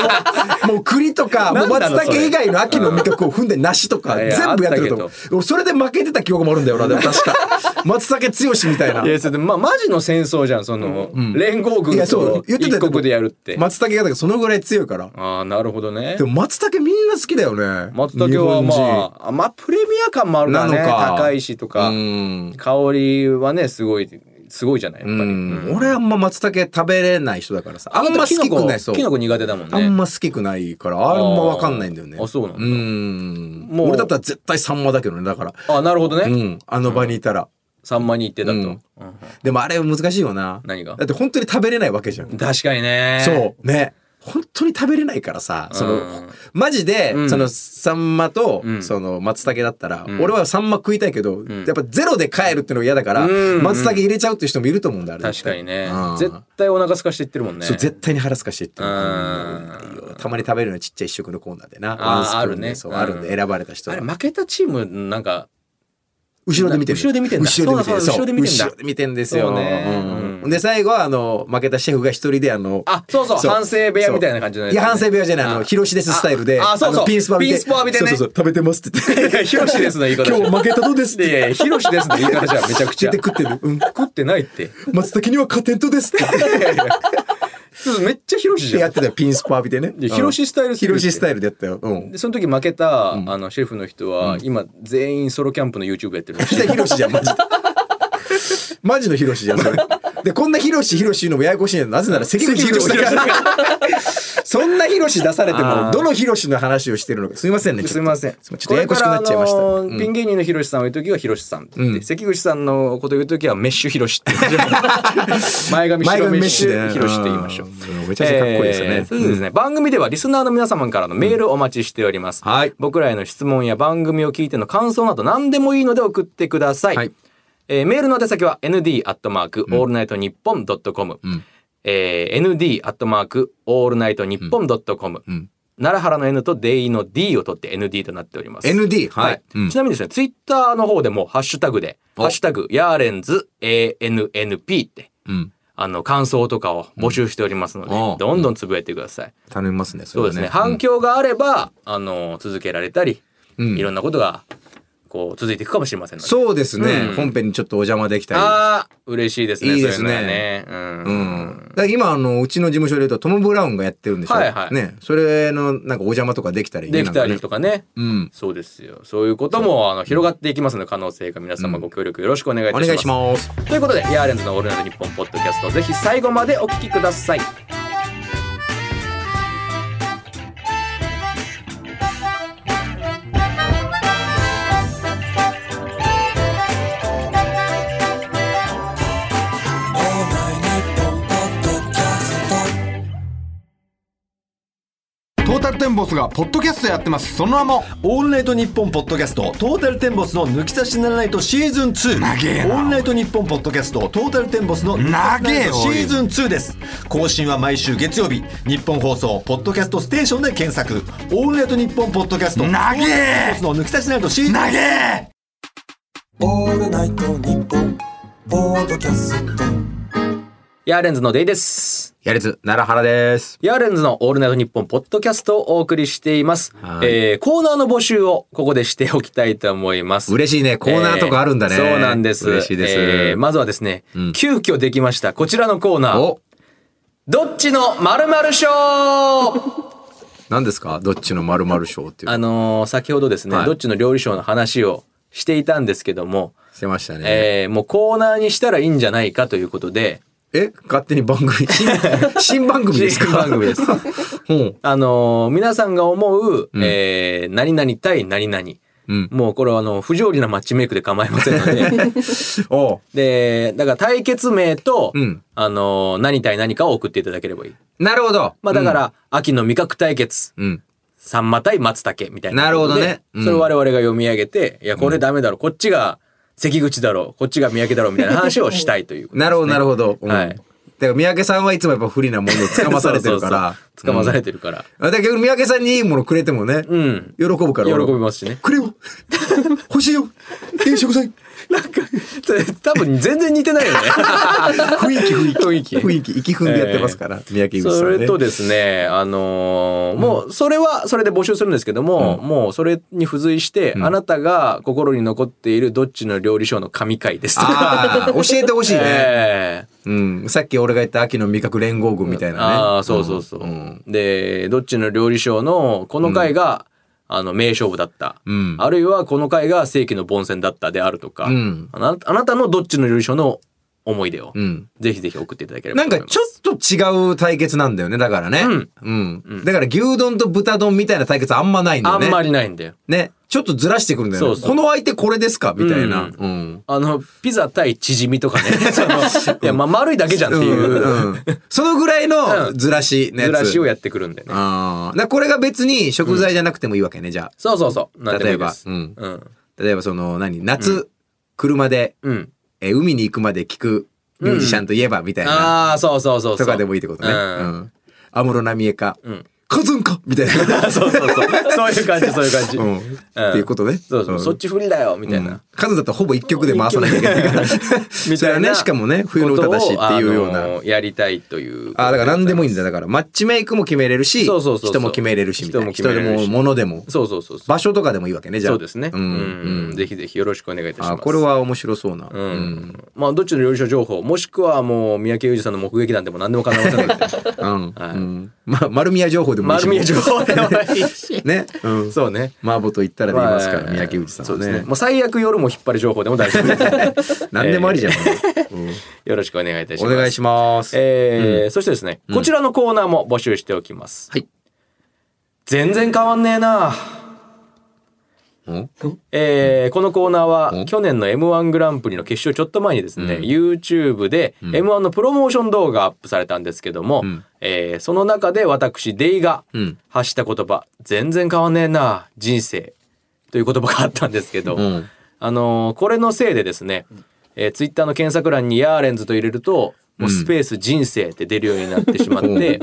[SPEAKER 2] ももう栗とかも
[SPEAKER 3] な
[SPEAKER 2] うん
[SPEAKER 3] なの
[SPEAKER 2] 松茸
[SPEAKER 3] それ
[SPEAKER 2] 以外の秋の味覚を踏んで梨とか
[SPEAKER 3] いや
[SPEAKER 2] 全部やってると思
[SPEAKER 3] あ
[SPEAKER 2] う
[SPEAKER 3] った
[SPEAKER 2] 俺それで負けてた記憶もあるんだよなでも確か松茸強しみたいない
[SPEAKER 3] やそれでまあマジの戦争じゃんその、連合軍
[SPEAKER 2] いやそ
[SPEAKER 3] と
[SPEAKER 2] う言ってた
[SPEAKER 3] 一
[SPEAKER 2] よ
[SPEAKER 3] 国でやるって、
[SPEAKER 2] 松茸がだからそのぐらい強いから
[SPEAKER 3] ああなるほどね
[SPEAKER 2] でも松茸みんな好きだよね
[SPEAKER 3] 松茸は
[SPEAKER 2] 日本人
[SPEAKER 3] まああまあプレミア感もあるからね
[SPEAKER 2] なのか
[SPEAKER 3] 高いしとか
[SPEAKER 2] うん
[SPEAKER 3] 香りはねすごいすごいじゃないやっぱり、
[SPEAKER 2] うん俺あんま松茸食べれない人だからさあんま好きくないそう
[SPEAKER 3] キノコ苦手だもんね
[SPEAKER 2] あんま好きくないからあんまわかんないんだよね
[SPEAKER 3] あそうなんだ
[SPEAKER 2] ん
[SPEAKER 3] もう
[SPEAKER 2] 俺だったら絶対サンマだけどねだから
[SPEAKER 3] あなるほどね、
[SPEAKER 2] うんあの場にいたら、
[SPEAKER 3] サンマに行ってたと、
[SPEAKER 2] うんでもあれ難しいよな
[SPEAKER 3] 何が
[SPEAKER 2] だって本当に食べれないわけじゃん、
[SPEAKER 3] うん確かにね
[SPEAKER 2] そうね本当に食べれないからさその、
[SPEAKER 3] うん
[SPEAKER 2] マジで、
[SPEAKER 3] うん
[SPEAKER 2] そのサンマと、
[SPEAKER 3] うん
[SPEAKER 2] その松茸だったら、
[SPEAKER 3] ん
[SPEAKER 2] 俺はサンマ食いたいけど、
[SPEAKER 3] ん
[SPEAKER 2] やっぱゼロで帰るってのが嫌だから、
[SPEAKER 3] うん
[SPEAKER 2] 松茸入れちゃうっていう人もいると思うんだあれ
[SPEAKER 3] 確かにね、
[SPEAKER 2] うん
[SPEAKER 3] 絶対お腹空かしていってるもんね
[SPEAKER 2] そう絶対に腹すかしていっても
[SPEAKER 3] うん
[SPEAKER 2] うんたまに食べるのはちっちゃい一食のコーナーでな
[SPEAKER 3] あー
[SPEAKER 2] ワンスプーンで
[SPEAKER 3] あるね
[SPEAKER 2] そうあるん
[SPEAKER 3] う
[SPEAKER 2] で
[SPEAKER 3] ん
[SPEAKER 2] 選ばれた人
[SPEAKER 3] あ
[SPEAKER 2] は
[SPEAKER 3] れ負けたチームなんか
[SPEAKER 2] 後ろで見てる
[SPEAKER 3] 後ろで見てんだ
[SPEAKER 2] 後ろで見てる
[SPEAKER 3] そうだそうだ後ろで見てんだ
[SPEAKER 2] そう後ろで見てんですよ
[SPEAKER 3] そうね
[SPEAKER 2] うん
[SPEAKER 3] うん
[SPEAKER 2] で最後はあの負けたシェフが一人であの
[SPEAKER 3] あそうそう反省部屋みたいな感じの
[SPEAKER 2] の
[SPEAKER 3] や
[SPEAKER 2] い
[SPEAKER 3] つね
[SPEAKER 2] や反省部屋じゃないあの
[SPEAKER 3] あ
[SPEAKER 2] 広しですスタイルで
[SPEAKER 3] ああそうそう
[SPEAKER 2] のピンスポ浴びて
[SPEAKER 3] ピンスポ浴びてね
[SPEAKER 2] そうそうそう食べてますって言って
[SPEAKER 3] ヒロシですの言い方じゃん
[SPEAKER 2] 今日負けたのですっ
[SPEAKER 3] いやい
[SPEAKER 2] て
[SPEAKER 3] やヒロシですの言い方 じゃんめちゃく
[SPEAKER 2] 口
[SPEAKER 3] ちゃ
[SPEAKER 2] で食ってる うん
[SPEAKER 3] 食ってないって
[SPEAKER 2] 松茸には勝てんとですって言っ
[SPEAKER 3] いやいやめっちゃヒロシ
[SPEAKER 2] て
[SPEAKER 3] じゃ
[SPEAKER 2] やっ
[SPEAKER 3] ん
[SPEAKER 2] てたよピンスポ浴びてね
[SPEAKER 3] いや広しスタイルすぎるって
[SPEAKER 2] 広しスタイルでやったようん
[SPEAKER 3] でその時負けた、あのシェフの人は、今全員ソロキャンプの YouTube やってるらしい
[SPEAKER 2] 北広しじゃん マジでマジの広しじゃんそれでこんな広し広し言うのもややこしいのなぜなら関口広しだから そんな広し出されて
[SPEAKER 3] あー
[SPEAKER 2] もどの広しの話をしてるのかすいませんねちょっと
[SPEAKER 3] すいません
[SPEAKER 2] ちょっとややこしくなっちゃいました
[SPEAKER 3] これからあの
[SPEAKER 2] うん
[SPEAKER 3] ピン芸人のヒロシさんを言う時はヒロシさんって言って、
[SPEAKER 2] うん
[SPEAKER 3] 関口さんのことを言う時はメッシュヒロシって前 髪
[SPEAKER 2] 前
[SPEAKER 3] 白
[SPEAKER 2] 髪メ
[SPEAKER 3] メッ
[SPEAKER 2] ッ
[SPEAKER 3] シ
[SPEAKER 2] シュで
[SPEAKER 3] ュヒロシって言いましょう
[SPEAKER 2] うんめちゃくちゃかっこいいですよね
[SPEAKER 3] えーそうですね、番組ではリスナーの皆様からのメールをお待ちしております、
[SPEAKER 2] はい
[SPEAKER 3] 僕らへの質問や番組を聞いての感想など何でもいいので送ってください、
[SPEAKER 2] はい
[SPEAKER 3] えーメールの宛先は ND アットマークオールナイトニッポンドットコム
[SPEAKER 2] ん
[SPEAKER 3] えー ND アットマークオールナイトニッポンドットコム
[SPEAKER 2] ん
[SPEAKER 3] 奈良原の N とデイの D を取って ND となっております。
[SPEAKER 2] ND はい、うん
[SPEAKER 3] ちなみにですね、ツイッターの方でもハッシュタグで、ハッシュタグ、ヤーレンズ ANNP って、
[SPEAKER 2] うん
[SPEAKER 3] あの、感想とかを募集しておりますので、
[SPEAKER 2] うん
[SPEAKER 3] どんどんつぶやいてください。
[SPEAKER 2] 頼みますねそ
[SPEAKER 3] そう
[SPEAKER 2] れ
[SPEAKER 3] で
[SPEAKER 2] は
[SPEAKER 3] すね。反響があれば、あの、続けられたり、
[SPEAKER 2] うん
[SPEAKER 3] いろんなことが、こう、続いていくかもしれませんので。
[SPEAKER 2] そうですね、
[SPEAKER 3] うん
[SPEAKER 2] 本編にちょっとお邪魔できたり
[SPEAKER 3] ああ、嬉しいですね。
[SPEAKER 2] いいですね
[SPEAKER 3] そういうのはね。うん。
[SPEAKER 2] うん、だから今あのうちの事務所で言うとトム・ブラウンがやってるんでしょ、
[SPEAKER 3] はいはい
[SPEAKER 2] ね、それのなんかお邪魔とかできたらいいね
[SPEAKER 3] できた
[SPEAKER 2] な
[SPEAKER 3] り
[SPEAKER 2] んかね
[SPEAKER 3] とかね。
[SPEAKER 2] うん
[SPEAKER 3] そうですよ。そういうことも、あの、広がっていきますので、可能性が皆様ご協力よろしくお願いいたし
[SPEAKER 2] お
[SPEAKER 3] ます。
[SPEAKER 2] 願いします
[SPEAKER 3] ということで、ヤーレンズのオールナイトニッポンポッドキャスト、ぜひ最後までお聞きください。
[SPEAKER 5] トータルテンボスがポッドキャストやってますその名も
[SPEAKER 6] オールナイトニッポンポッドキャストトータルテンボスの抜き差しならないとシーズン2
[SPEAKER 5] 長えな
[SPEAKER 6] オールナイトニッポンポッドキャストトータルテンボスの抜き差しならないとシーズン2です更新は毎週月曜日日本放送ポッドキャストステーションで検索オールナイトニッポンポッドキャスト
[SPEAKER 5] 長え
[SPEAKER 6] の抜き差しならないとシーズン
[SPEAKER 5] 長え
[SPEAKER 7] オールナイトニッポンポードキャスト
[SPEAKER 3] ヤーレンズのデイです。
[SPEAKER 2] やれず奈良原です
[SPEAKER 3] ヤーレンズのオールナイトニッポンポッドキャストをお送りしています。
[SPEAKER 2] はい
[SPEAKER 3] えー、コーナーの募集をここでしておきたいと思います。
[SPEAKER 2] 嬉しいねコーナーとかあるんだね、
[SPEAKER 3] えーそうなんです。
[SPEAKER 2] 嬉しいです、
[SPEAKER 3] えーまずはですね、
[SPEAKER 2] うん
[SPEAKER 3] 急遽できました、こちらのコーナー。
[SPEAKER 2] お
[SPEAKER 3] どっちの〇 〇賞
[SPEAKER 2] 何ですかどっちのまるまる賞っていう
[SPEAKER 3] あのー先ほどですね、
[SPEAKER 2] はい
[SPEAKER 3] どっちの料理賞の話をしていたんですけども、
[SPEAKER 2] してましたね
[SPEAKER 3] えーもうコーナーにしたらいいんじゃないかということで、
[SPEAKER 2] え勝手に番組新 新番組ですか
[SPEAKER 3] 新番組です
[SPEAKER 2] うん
[SPEAKER 3] あのー皆さんが思う、えー何々対何々。
[SPEAKER 2] うん
[SPEAKER 3] もうこれはあの、不条理なマッチメイクで構いませんの で。
[SPEAKER 2] おう
[SPEAKER 3] で、だから対決名と、
[SPEAKER 2] うん
[SPEAKER 3] あのー何対何かを送っていただければいい。
[SPEAKER 2] なるほど
[SPEAKER 3] まあだから、秋の味覚対決、
[SPEAKER 2] うん
[SPEAKER 3] サンマ対松茸みたいな。
[SPEAKER 2] なるほどね
[SPEAKER 3] でそれを我々が読み上げて、いや、これダメだろ、こっちが関口だろ、こっちが三宅だろ、みたいな話をしたいということですね、
[SPEAKER 2] なるほどなるほど、うん
[SPEAKER 3] はい
[SPEAKER 2] だから三宅さんはいつもやっぱ不利なものをつかまされてるから
[SPEAKER 3] そうそうそう捕まされ
[SPEAKER 2] て
[SPEAKER 3] てるから。
[SPEAKER 2] だから逆に三宅さんにいいものくれてもね、
[SPEAKER 3] うん。
[SPEAKER 2] 喜ぶから
[SPEAKER 3] 喜
[SPEAKER 2] 俺
[SPEAKER 3] びますしね。
[SPEAKER 2] くれよ欲しいよ定食祭
[SPEAKER 3] 多分全然似 てないよね。
[SPEAKER 2] 雰囲気雰囲気
[SPEAKER 3] 雰囲気
[SPEAKER 2] 雰囲気息踏んでやってますから、三宅由紀さ
[SPEAKER 3] そ
[SPEAKER 2] んね
[SPEAKER 3] れとですね、あのーもうそれはそれで募集するんですけども、もうそれに付随して、あなたが心に残っているどっちの料理賞の神回ですとか。
[SPEAKER 2] ああ教えてほしいね、
[SPEAKER 3] ええ
[SPEAKER 2] うん、さっき俺が言った秋の味覚連合軍みたいなね
[SPEAKER 3] ああ、そうそうそう。で、どっちの料理賞のこの回が、あの名勝負だった、
[SPEAKER 2] ん
[SPEAKER 3] あるいはこの回が世紀の凡戦だったであるとか、
[SPEAKER 2] ん
[SPEAKER 3] あなあなたのどっちの料理賞の思い出を、
[SPEAKER 2] ん
[SPEAKER 3] ぜひぜひ送っていただければ
[SPEAKER 2] なん
[SPEAKER 3] と思い
[SPEAKER 2] か
[SPEAKER 3] ます
[SPEAKER 2] ちょっと違う対決なんだよねだからね
[SPEAKER 3] うん、
[SPEAKER 2] うんだから牛丼と豚丼みたいな対決あんまないんだよね
[SPEAKER 3] あんまりないんだよ。
[SPEAKER 2] ねちょっとずらしてくるんだよね
[SPEAKER 3] そうそう
[SPEAKER 2] この相手これですかみたいな、
[SPEAKER 3] うん
[SPEAKER 2] うん
[SPEAKER 3] あの、ピザ対チヂミ とかね。その、いや、まあ、丸いだけじゃんってい
[SPEAKER 2] うん
[SPEAKER 3] う、
[SPEAKER 2] うん そのぐらいのずらしのや
[SPEAKER 3] ず
[SPEAKER 2] つ。
[SPEAKER 3] らしをやってくるんでね。
[SPEAKER 2] あーだからこれが別に食材じゃなくてもいいわけね、じゃ
[SPEAKER 3] そうそうそう。なん
[SPEAKER 2] あ。
[SPEAKER 3] でも
[SPEAKER 2] 例
[SPEAKER 3] い
[SPEAKER 2] え
[SPEAKER 3] いで
[SPEAKER 2] ば、
[SPEAKER 3] す。
[SPEAKER 2] うん。
[SPEAKER 3] うん。
[SPEAKER 2] 例えばその、何夏、車で、
[SPEAKER 3] うん。
[SPEAKER 2] えー海に行くまで聞くミュージシャンといえば、みたいな、
[SPEAKER 3] ああ、そうそうそう
[SPEAKER 2] と
[SPEAKER 3] そう。
[SPEAKER 2] かでもいいってことね。
[SPEAKER 3] う。
[SPEAKER 2] うんん。安室奈美恵か、
[SPEAKER 3] ん
[SPEAKER 2] カズンかみたいな。
[SPEAKER 3] そうそうそう。そういう 感じ、そういう感じ。
[SPEAKER 2] うん。っ
[SPEAKER 3] うん
[SPEAKER 2] ていうことね。
[SPEAKER 3] そうそう。
[SPEAKER 2] ん
[SPEAKER 3] そっち不利だよ、みたいな。
[SPEAKER 2] カズだとほぼ一曲で回さなきゃいけないから。
[SPEAKER 3] み
[SPEAKER 2] そ
[SPEAKER 3] た
[SPEAKER 2] れ
[SPEAKER 3] いな
[SPEAKER 2] はね、しかもね、冬の歌だしっていうような
[SPEAKER 3] ことをあ。のやりたいという。
[SPEAKER 2] あーだから何でもいいんだ。だから、マッチメイクも決めれるし、
[SPEAKER 3] そうそうそうそう
[SPEAKER 2] 人も決めれるし、みたいな。
[SPEAKER 3] 人も
[SPEAKER 2] 人で
[SPEAKER 3] 決めれるし
[SPEAKER 2] も、物でも、
[SPEAKER 3] そうそうそうそう。
[SPEAKER 2] 場所とかでもいいわけね、じゃあ。
[SPEAKER 3] そうですね。う
[SPEAKER 2] うん。
[SPEAKER 3] ん。
[SPEAKER 2] うん
[SPEAKER 3] ぜひぜひよろしくお願いいたし
[SPEAKER 2] あ
[SPEAKER 3] ま
[SPEAKER 2] ー
[SPEAKER 3] す。
[SPEAKER 2] これは面白そうな。
[SPEAKER 3] う
[SPEAKER 2] うんん。
[SPEAKER 3] まあどっちの料理書情報もしくはもう三宅裕二さんの目撃談でも何でも構いませんので
[SPEAKER 2] うん。
[SPEAKER 3] はい
[SPEAKER 2] うんま、丸宮情報でもいいし。
[SPEAKER 3] 丸見え情報ではいいし
[SPEAKER 2] ね。うん。
[SPEAKER 3] そうね
[SPEAKER 2] 麻婆と言ったらで言いますから、三宅内さん
[SPEAKER 3] そう
[SPEAKER 2] は
[SPEAKER 3] ですね
[SPEAKER 2] ね
[SPEAKER 3] も。う最悪夜も引っ張り情報でも大丈夫です
[SPEAKER 2] 何でもありじゃん。うん
[SPEAKER 3] よろしくお願いいたし
[SPEAKER 2] お
[SPEAKER 3] ます
[SPEAKER 2] 願いします。
[SPEAKER 3] えーそしてですね、こちらのコーナーも募集しておきます
[SPEAKER 2] はい
[SPEAKER 3] 全然変わんねえな
[SPEAKER 2] うん
[SPEAKER 3] えーこのコーナーは去年の m 1グランプリの決勝ちょっと前にですね、YouTube で m 1のプロモーション動画アップされたんですけども、えーその中で私デイが
[SPEAKER 2] ん
[SPEAKER 3] 発した言葉「全然変わんねえな人生」という言葉があったんですけど、
[SPEAKER 2] ん
[SPEAKER 3] あのーこれのせいでですね、えー、Twitter の検索欄に「ヤーレンズ」と入れるともうスペース人生って出るようになってしまって、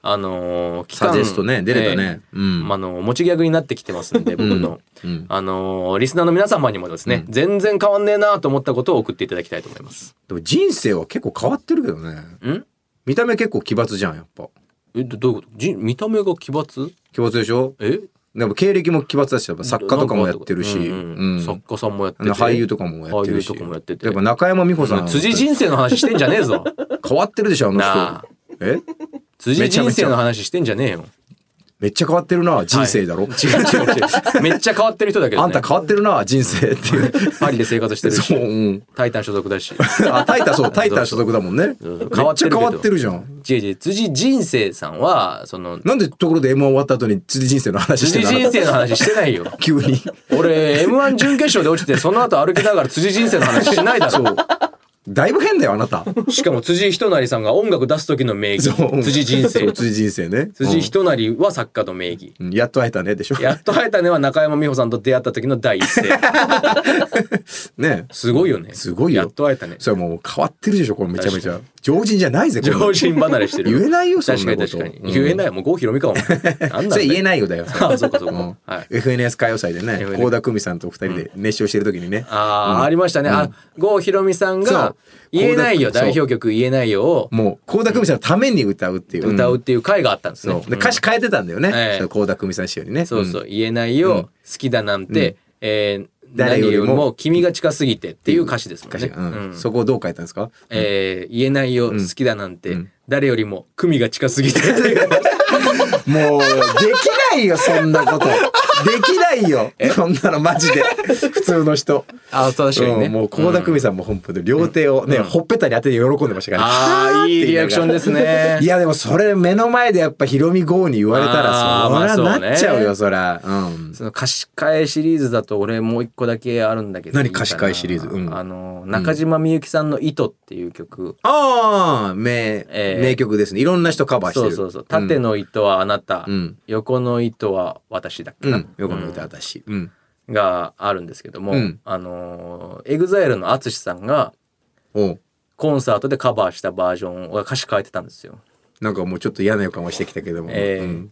[SPEAKER 3] あのー期間
[SPEAKER 2] サジェストね出れたねうん
[SPEAKER 3] まああの持ちギャグになってきてますんで僕の、あのーリスナーの皆様にもですね、全然変わんねえなと思ったことを送っていただきたいと思います。
[SPEAKER 2] でも人生は結構変わってるけどね
[SPEAKER 3] ん
[SPEAKER 2] 見た目結構奇抜じゃんやっぱ
[SPEAKER 3] えどどういうことじ見た目が奇抜
[SPEAKER 2] 奇抜でしょ
[SPEAKER 3] え
[SPEAKER 2] でも経歴も奇抜だしやっぱ作家とかもやってるし、
[SPEAKER 3] うん
[SPEAKER 2] う
[SPEAKER 3] うん
[SPEAKER 2] ん
[SPEAKER 3] 作家さんもやって
[SPEAKER 2] あ
[SPEAKER 3] て
[SPEAKER 2] の俳優とかもやってるし
[SPEAKER 3] 俳優とかもやってて
[SPEAKER 2] やっぱ中山美穂さん
[SPEAKER 3] 辻人生の話してんじゃねえ ぞ
[SPEAKER 2] 変わってるでしょあの
[SPEAKER 3] なあ
[SPEAKER 2] 人え
[SPEAKER 3] 辻人生の話してんじゃ ねえよ
[SPEAKER 2] めっちゃ変わってるな人生だろ、
[SPEAKER 3] はい違う違う違うめっちゃ変わってる人だけど、ね、
[SPEAKER 2] あんた変わってるな人生って いう
[SPEAKER 3] パリで生活してるし
[SPEAKER 2] そう、うん、
[SPEAKER 3] タイタン所属だし
[SPEAKER 2] あタイタンそうタイタン所属だもんね
[SPEAKER 3] そう
[SPEAKER 2] め
[SPEAKER 3] そう
[SPEAKER 2] っちゃ変わってるじゃん
[SPEAKER 3] 違う違う辻人生さんはその
[SPEAKER 2] なんでところで M1 終わった後に辻人生の話してた
[SPEAKER 3] 辻
[SPEAKER 2] の
[SPEAKER 3] 人生の話してないよ
[SPEAKER 2] 急に
[SPEAKER 3] 俺 m 1準決勝で落ちてその後歩きながら辻人生の話しないだろ
[SPEAKER 2] だいぶ変だよあなた
[SPEAKER 3] しかも辻仁成さんが音楽出す時の名
[SPEAKER 2] そ
[SPEAKER 3] 義
[SPEAKER 2] う
[SPEAKER 3] 辻人
[SPEAKER 2] そう
[SPEAKER 3] 生
[SPEAKER 2] 辻人生ね
[SPEAKER 3] 辻仁成は作家の名義
[SPEAKER 2] うんやっと会えたねでしょ
[SPEAKER 3] やっと会えたねは中山美穂さんと出会った時の第一声
[SPEAKER 2] ね
[SPEAKER 3] すごいよね
[SPEAKER 2] すごいよ
[SPEAKER 3] やっと会えたね
[SPEAKER 2] それもう変わってるでしょこれめちゃめちゃ常人じゃないぜこれ
[SPEAKER 3] 常人離れしてる
[SPEAKER 2] 言えないよそんなこと
[SPEAKER 3] 確かに確かに、
[SPEAKER 2] うん
[SPEAKER 3] 言えないよもう郷ひ ろみかもなん
[SPEAKER 2] それ言え
[SPEAKER 3] い
[SPEAKER 2] ないよだよ
[SPEAKER 3] あそうかそうか、
[SPEAKER 2] うん
[SPEAKER 3] はい
[SPEAKER 2] FNS 歌謡祭でね
[SPEAKER 3] FNS
[SPEAKER 2] 倖田來未さんと二人で熱唱してる時にね
[SPEAKER 3] ああ、ありましたね。あ、郷ひろみさん
[SPEAKER 2] そう
[SPEAKER 3] が、言えないよ、
[SPEAKER 2] そう
[SPEAKER 3] 代表曲言えないよを
[SPEAKER 2] もう倖田來未さんのために歌うっていう
[SPEAKER 3] 歌うっていう回があったんですね。
[SPEAKER 2] そうで
[SPEAKER 3] ん
[SPEAKER 2] 歌詞変えてたんだよ
[SPEAKER 3] え
[SPEAKER 2] ね
[SPEAKER 3] え
[SPEAKER 2] その倖田來未さん仕様にね
[SPEAKER 3] そうそうう、言えないよ、好きだなんて、えー
[SPEAKER 2] 誰
[SPEAKER 3] 何
[SPEAKER 2] よ
[SPEAKER 3] よ
[SPEAKER 2] り
[SPEAKER 3] り
[SPEAKER 2] も
[SPEAKER 3] も君が近すぎてっていう歌詞ですもん
[SPEAKER 2] 歌
[SPEAKER 3] ね。
[SPEAKER 2] 詞がうん
[SPEAKER 3] うん
[SPEAKER 2] そこをどう変えたんですか
[SPEAKER 3] えー言えないよ、好きだなんて、誰よりも組が近すぎてって いう。
[SPEAKER 2] もうできないよそんな ことできないよそんなのマジで普通の人
[SPEAKER 3] あ、確かにね。
[SPEAKER 2] うんもう倖田來未さんも本当に両手をね、ほっぺたに当てて喜んでましたから、ね
[SPEAKER 3] ああ、いいリアクションですすね。
[SPEAKER 2] いやでもそれ目の前でやっぱヒロミ豪に言われたら
[SPEAKER 3] あーまあ
[SPEAKER 2] そりゃなっちゃうよそ
[SPEAKER 3] そ
[SPEAKER 2] りゃ、うん、
[SPEAKER 3] その貸し替えシリーズだと俺もう一個だけあるんだけど
[SPEAKER 2] 何
[SPEAKER 3] いいかな
[SPEAKER 2] 貸し替えシリーズうん
[SPEAKER 3] あの中島みゆきさんの「糸」っていう曲、
[SPEAKER 2] ああ名,、
[SPEAKER 3] えー
[SPEAKER 2] 名曲ですねいろんな人カバーして
[SPEAKER 3] そう
[SPEAKER 2] る
[SPEAKER 3] そうそう「縦の糸はあなた、
[SPEAKER 2] うん
[SPEAKER 3] 横の糸は私」だっけ
[SPEAKER 2] う
[SPEAKER 3] な、
[SPEAKER 2] ん、よく見た私、うん、
[SPEAKER 3] があるんですけども、
[SPEAKER 2] うん
[SPEAKER 3] あのエグザイルの淳さんが
[SPEAKER 2] おう
[SPEAKER 3] コンサートでカバーしたバージョンを歌詞変えてたんですよ。
[SPEAKER 2] なんかもうちょっと嫌な予感はしてきたけども、
[SPEAKER 3] えー
[SPEAKER 2] うん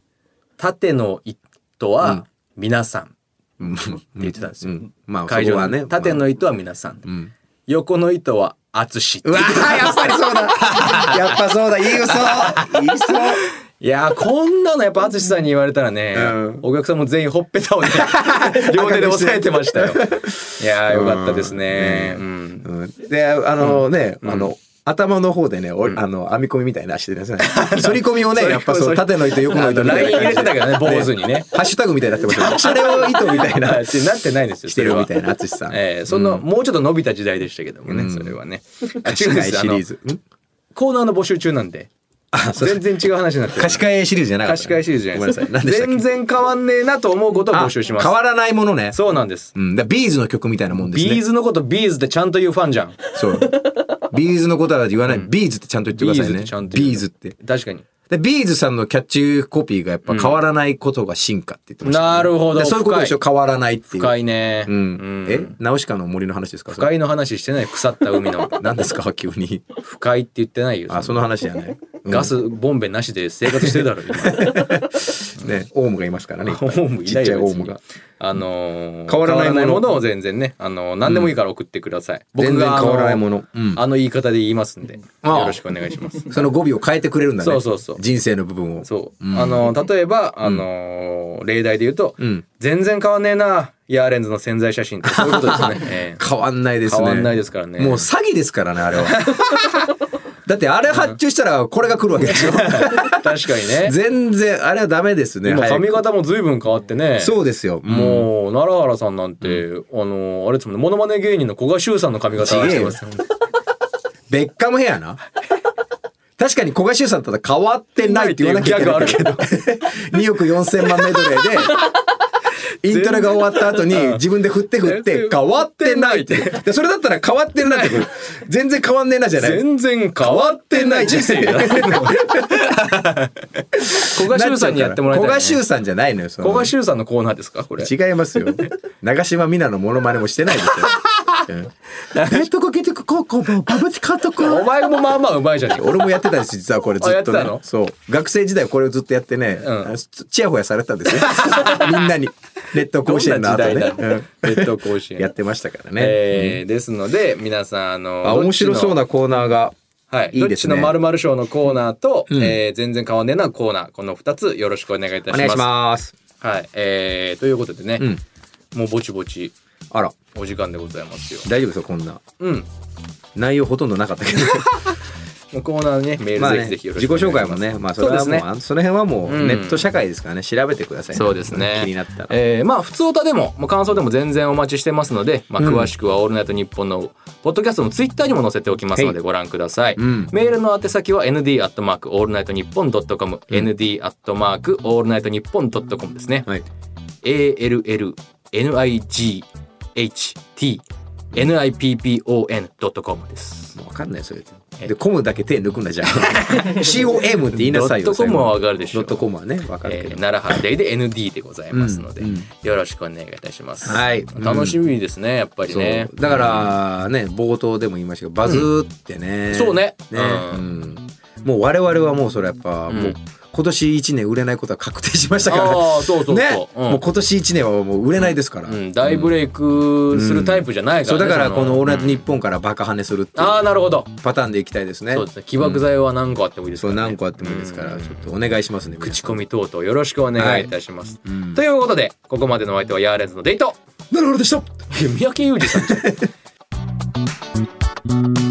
[SPEAKER 3] 縦の糸は皆さんって
[SPEAKER 2] うん
[SPEAKER 3] 言ってたんです
[SPEAKER 2] う
[SPEAKER 3] よ。
[SPEAKER 2] んまあ
[SPEAKER 3] 会
[SPEAKER 2] そ
[SPEAKER 3] 場
[SPEAKER 2] こは
[SPEAKER 3] で
[SPEAKER 2] ね
[SPEAKER 3] 縦の糸は皆さん、
[SPEAKER 2] ん
[SPEAKER 3] 横の糸は淳って
[SPEAKER 2] うわーやっぱりそう だやっぱそうだ言いそう言いそう
[SPEAKER 3] いやーこんなのやっぱ淳さんに言われたらね、
[SPEAKER 2] うん
[SPEAKER 3] お客さんも全員ほっぺた をね両手で押さえてましたよ。いやーよかったですね。うん
[SPEAKER 2] うんで、あのね、あの、頭の方でね、おあの、編み込みみたいな足でね、 反り込みをね、
[SPEAKER 3] 反り込み
[SPEAKER 2] やっぱそう、縦の糸、横の
[SPEAKER 3] あ
[SPEAKER 2] 糸
[SPEAKER 3] の
[SPEAKER 2] みた
[SPEAKER 3] ライン
[SPEAKER 2] いな
[SPEAKER 3] 入
[SPEAKER 2] 感
[SPEAKER 3] れ
[SPEAKER 2] じ
[SPEAKER 3] て
[SPEAKER 2] で
[SPEAKER 3] たけどね坊主にね。
[SPEAKER 2] ハッシュタグみたいになってますよ。 シャレオ糸みたいな
[SPEAKER 3] あ。ってなってないです よ。
[SPEAKER 2] し
[SPEAKER 3] そ
[SPEAKER 2] て
[SPEAKER 3] れ
[SPEAKER 2] る
[SPEAKER 3] は
[SPEAKER 2] みたいな、淳さん。
[SPEAKER 3] えーその、もうちょっと伸びた時代でしたけどもね、それはね。あ
[SPEAKER 2] 貸し
[SPEAKER 3] 違うん
[SPEAKER 2] 替
[SPEAKER 3] で
[SPEAKER 2] え
[SPEAKER 3] すよあ
[SPEAKER 2] シリ
[SPEAKER 3] の
[SPEAKER 2] ーズ。ん
[SPEAKER 3] コーナーの募集中なんで。全然違う話になってる
[SPEAKER 2] 貸し替えシリーズじゃなかった。
[SPEAKER 3] 貸し替えシリーズじゃないですか。
[SPEAKER 2] ごめんなさい。何でしたっけ
[SPEAKER 3] 全然変わんねえなと思うことを募集しま
[SPEAKER 2] あ
[SPEAKER 3] す。
[SPEAKER 2] 変わらないものね。
[SPEAKER 3] そうなんです。
[SPEAKER 2] うん。だからビーズの曲みたいなもんですね。
[SPEAKER 3] ビーズのことビーズってちゃんと言うファンじゃん。
[SPEAKER 2] そう。ビーズのことは言わない。ビーズってちゃんと言ってくださいね。
[SPEAKER 3] ビーズってちゃんと言う
[SPEAKER 2] ビーズって。
[SPEAKER 3] 確かに。
[SPEAKER 2] で、ビーズさんのキャッチコピーがやっぱ変わらないことが進化って言ってましたね、
[SPEAKER 3] なるほど
[SPEAKER 2] でそういうことでしょ、変わらないっていう。
[SPEAKER 3] 深いね。
[SPEAKER 2] うん。え
[SPEAKER 3] え
[SPEAKER 2] ナウシカの森の話ですか
[SPEAKER 3] 不快の話してない腐った海の
[SPEAKER 2] 何ですか急 に。
[SPEAKER 3] 不快って言ってないよ
[SPEAKER 2] あ、その話じゃない。うん
[SPEAKER 3] ガスボンベなしで生活してる だろ今
[SPEAKER 2] ね、オウムがいますからね。いっぱい
[SPEAKER 3] オウムいないよ
[SPEAKER 2] ちっちゃいオウ
[SPEAKER 3] 別に
[SPEAKER 2] ムが。
[SPEAKER 3] あのー
[SPEAKER 2] 変わらないもの
[SPEAKER 3] 変を全然ねあのー何でもいいから送ってください、僕
[SPEAKER 2] 全然
[SPEAKER 3] があのー
[SPEAKER 2] 変わらないものうん
[SPEAKER 3] あの言い方で言いますんでよ
[SPEAKER 2] ああ
[SPEAKER 3] ろしくお願いします
[SPEAKER 2] その語尾を変えてくれるんだね。
[SPEAKER 3] そうそうそう
[SPEAKER 2] 人生の部分を。
[SPEAKER 3] そう、あのー例えばあのー例題で言うと、全然変わんねえなヤーレンズの宣材写真ってそういうことです ね、ええ
[SPEAKER 2] 変わんないですね。
[SPEAKER 3] 変わんないですからね
[SPEAKER 2] もう詐欺ですからね、 あれは。だってあれ発注したらこれが来るわけでしょ。
[SPEAKER 3] 確かにね
[SPEAKER 2] 全然、あれはダメですね。
[SPEAKER 3] 今
[SPEAKER 2] 早く
[SPEAKER 3] 髪型も随分変わってね
[SPEAKER 2] そうですよ。うん
[SPEAKER 3] もう奈良原さんなんて、あのあれですもんねモノマネ芸人の古賀修さんの髪型
[SPEAKER 2] ちげえよ
[SPEAKER 3] してますよね
[SPEAKER 2] ベッカムヘアな。確かに古賀修さんだったら変わってないって言わなきゃいけないけど。2億4千万メドレー で、イントロが終わった後に自分で振って振って変わってないって。で、それだったら変わってるなってこと。全然変わんねえなじゃない。
[SPEAKER 3] 全然変わってない人生だ古賀修さんにやってもらいたい、
[SPEAKER 2] 古
[SPEAKER 3] ね、
[SPEAKER 2] 賀修さんじゃないのよ、その
[SPEAKER 3] 古賀修さんのコーナーですかこれ
[SPEAKER 2] 違いますよ。長島みなのモノマネもしてないですよ。うん、えっとかけてく高校の馬淵監督
[SPEAKER 3] お前もまあまあうまいじゃねえか
[SPEAKER 2] 俺もやってたんで す実はこれずっと
[SPEAKER 3] あやってた
[SPEAKER 2] ね
[SPEAKER 3] の
[SPEAKER 2] そう学生時代これをずっとやってね、
[SPEAKER 3] うん
[SPEAKER 2] チヤホヤされたん ですねみんなに列島甲子園の後ね
[SPEAKER 3] どんな時代
[SPEAKER 2] う
[SPEAKER 3] だ
[SPEAKER 2] ん
[SPEAKER 3] 列島甲子園
[SPEAKER 2] やってましたからね、
[SPEAKER 3] えーですので皆さんあの
[SPEAKER 2] あ面白そう
[SPEAKER 3] な
[SPEAKER 2] なコーナーが
[SPEAKER 3] はい、
[SPEAKER 2] いいですね
[SPEAKER 3] どっちのまる賞のコーナーと、
[SPEAKER 2] うん
[SPEAKER 3] えー全然変わんねえなコーナーこの2つよろしくお願いいた
[SPEAKER 2] お
[SPEAKER 3] します。
[SPEAKER 2] 願いします
[SPEAKER 3] はい、えーということでね、
[SPEAKER 2] うん
[SPEAKER 3] もうぼちぼち
[SPEAKER 2] あら
[SPEAKER 3] お時間でございますよ。
[SPEAKER 2] 大丈夫ですよこんな
[SPEAKER 3] うん、
[SPEAKER 2] 内容ほとんどなかったけ ど
[SPEAKER 3] もうコーナーねメー
[SPEAKER 2] まあ
[SPEAKER 3] ル
[SPEAKER 2] ね
[SPEAKER 3] ぜひぜひよろし
[SPEAKER 2] 自己
[SPEAKER 3] くお願いし
[SPEAKER 2] 紹
[SPEAKER 3] ます。
[SPEAKER 2] 介もねまあそ
[SPEAKER 3] そう
[SPEAKER 2] れ
[SPEAKER 3] で
[SPEAKER 2] は
[SPEAKER 3] す
[SPEAKER 2] もう
[SPEAKER 3] ね。
[SPEAKER 2] あのその辺はも
[SPEAKER 3] う
[SPEAKER 2] うんネット社会ですからね調べてください
[SPEAKER 3] そうですね。
[SPEAKER 2] 気になったら
[SPEAKER 3] えーまあ普通歌でも、まあ、感想でも全然お待ちしてますので、まあ、詳しくは「オールナイトニッポン」のポッドキャストのツイッターにも載せておきますのでご覧ください、
[SPEAKER 2] ん
[SPEAKER 3] メールの宛先は ND アットマークオールナイトニッポンドットコム ND アットマークオールナイトニッポンドットコムですね、
[SPEAKER 2] はい
[SPEAKER 3] ALLNIGHTNIPPON.com です
[SPEAKER 2] もう分かんないそれでコムだけ手抜くんだじゃん COM って言いなさいよ
[SPEAKER 3] ドットコムは
[SPEAKER 2] 最後
[SPEAKER 3] わかるでしょう
[SPEAKER 2] ドットコムはね分かるけ
[SPEAKER 3] えー
[SPEAKER 2] ど、
[SPEAKER 3] 奈良原デイで ND でございますので、
[SPEAKER 2] うんうん
[SPEAKER 3] よろしくお願いいたします。
[SPEAKER 2] はい
[SPEAKER 3] 楽しみですね、やっぱり
[SPEAKER 2] そう
[SPEAKER 3] ね。
[SPEAKER 2] だからね冒頭でも言いましたけどバズってね、
[SPEAKER 3] んそうねう
[SPEAKER 2] うんんもう我々はもうそれやっぱ、
[SPEAKER 3] ん
[SPEAKER 2] もう今年1年売れないことは確定しましたからね
[SPEAKER 3] ああ、そうそうそう。
[SPEAKER 2] ね、
[SPEAKER 3] うん
[SPEAKER 2] もう今年1年はもう売れないですから、
[SPEAKER 3] うん、大ブレイクするタイプじゃないか
[SPEAKER 2] そ
[SPEAKER 3] ら、
[SPEAKER 2] う
[SPEAKER 3] ね
[SPEAKER 2] だから
[SPEAKER 3] そ
[SPEAKER 2] この「オールナイト
[SPEAKER 3] うん
[SPEAKER 2] ニッポン」からバカ跳ねするってい
[SPEAKER 3] ああ、
[SPEAKER 2] う
[SPEAKER 3] なるほど。
[SPEAKER 2] パターンでいきたいですね
[SPEAKER 3] そうですね。起爆剤は何個あってもいいです
[SPEAKER 2] そ
[SPEAKER 3] か
[SPEAKER 2] う
[SPEAKER 3] ら、ね。
[SPEAKER 2] 何個あってもいいですから
[SPEAKER 3] うん
[SPEAKER 2] ちょっとお願いしますね皆
[SPEAKER 3] 口
[SPEAKER 2] さん
[SPEAKER 3] コミ等々よろしくお願いいたします。
[SPEAKER 2] うん
[SPEAKER 3] ということで、ここまでのお相手はヤーレン ズのデイト。
[SPEAKER 2] なるほどでした
[SPEAKER 3] いや三宅裕二さんじゃん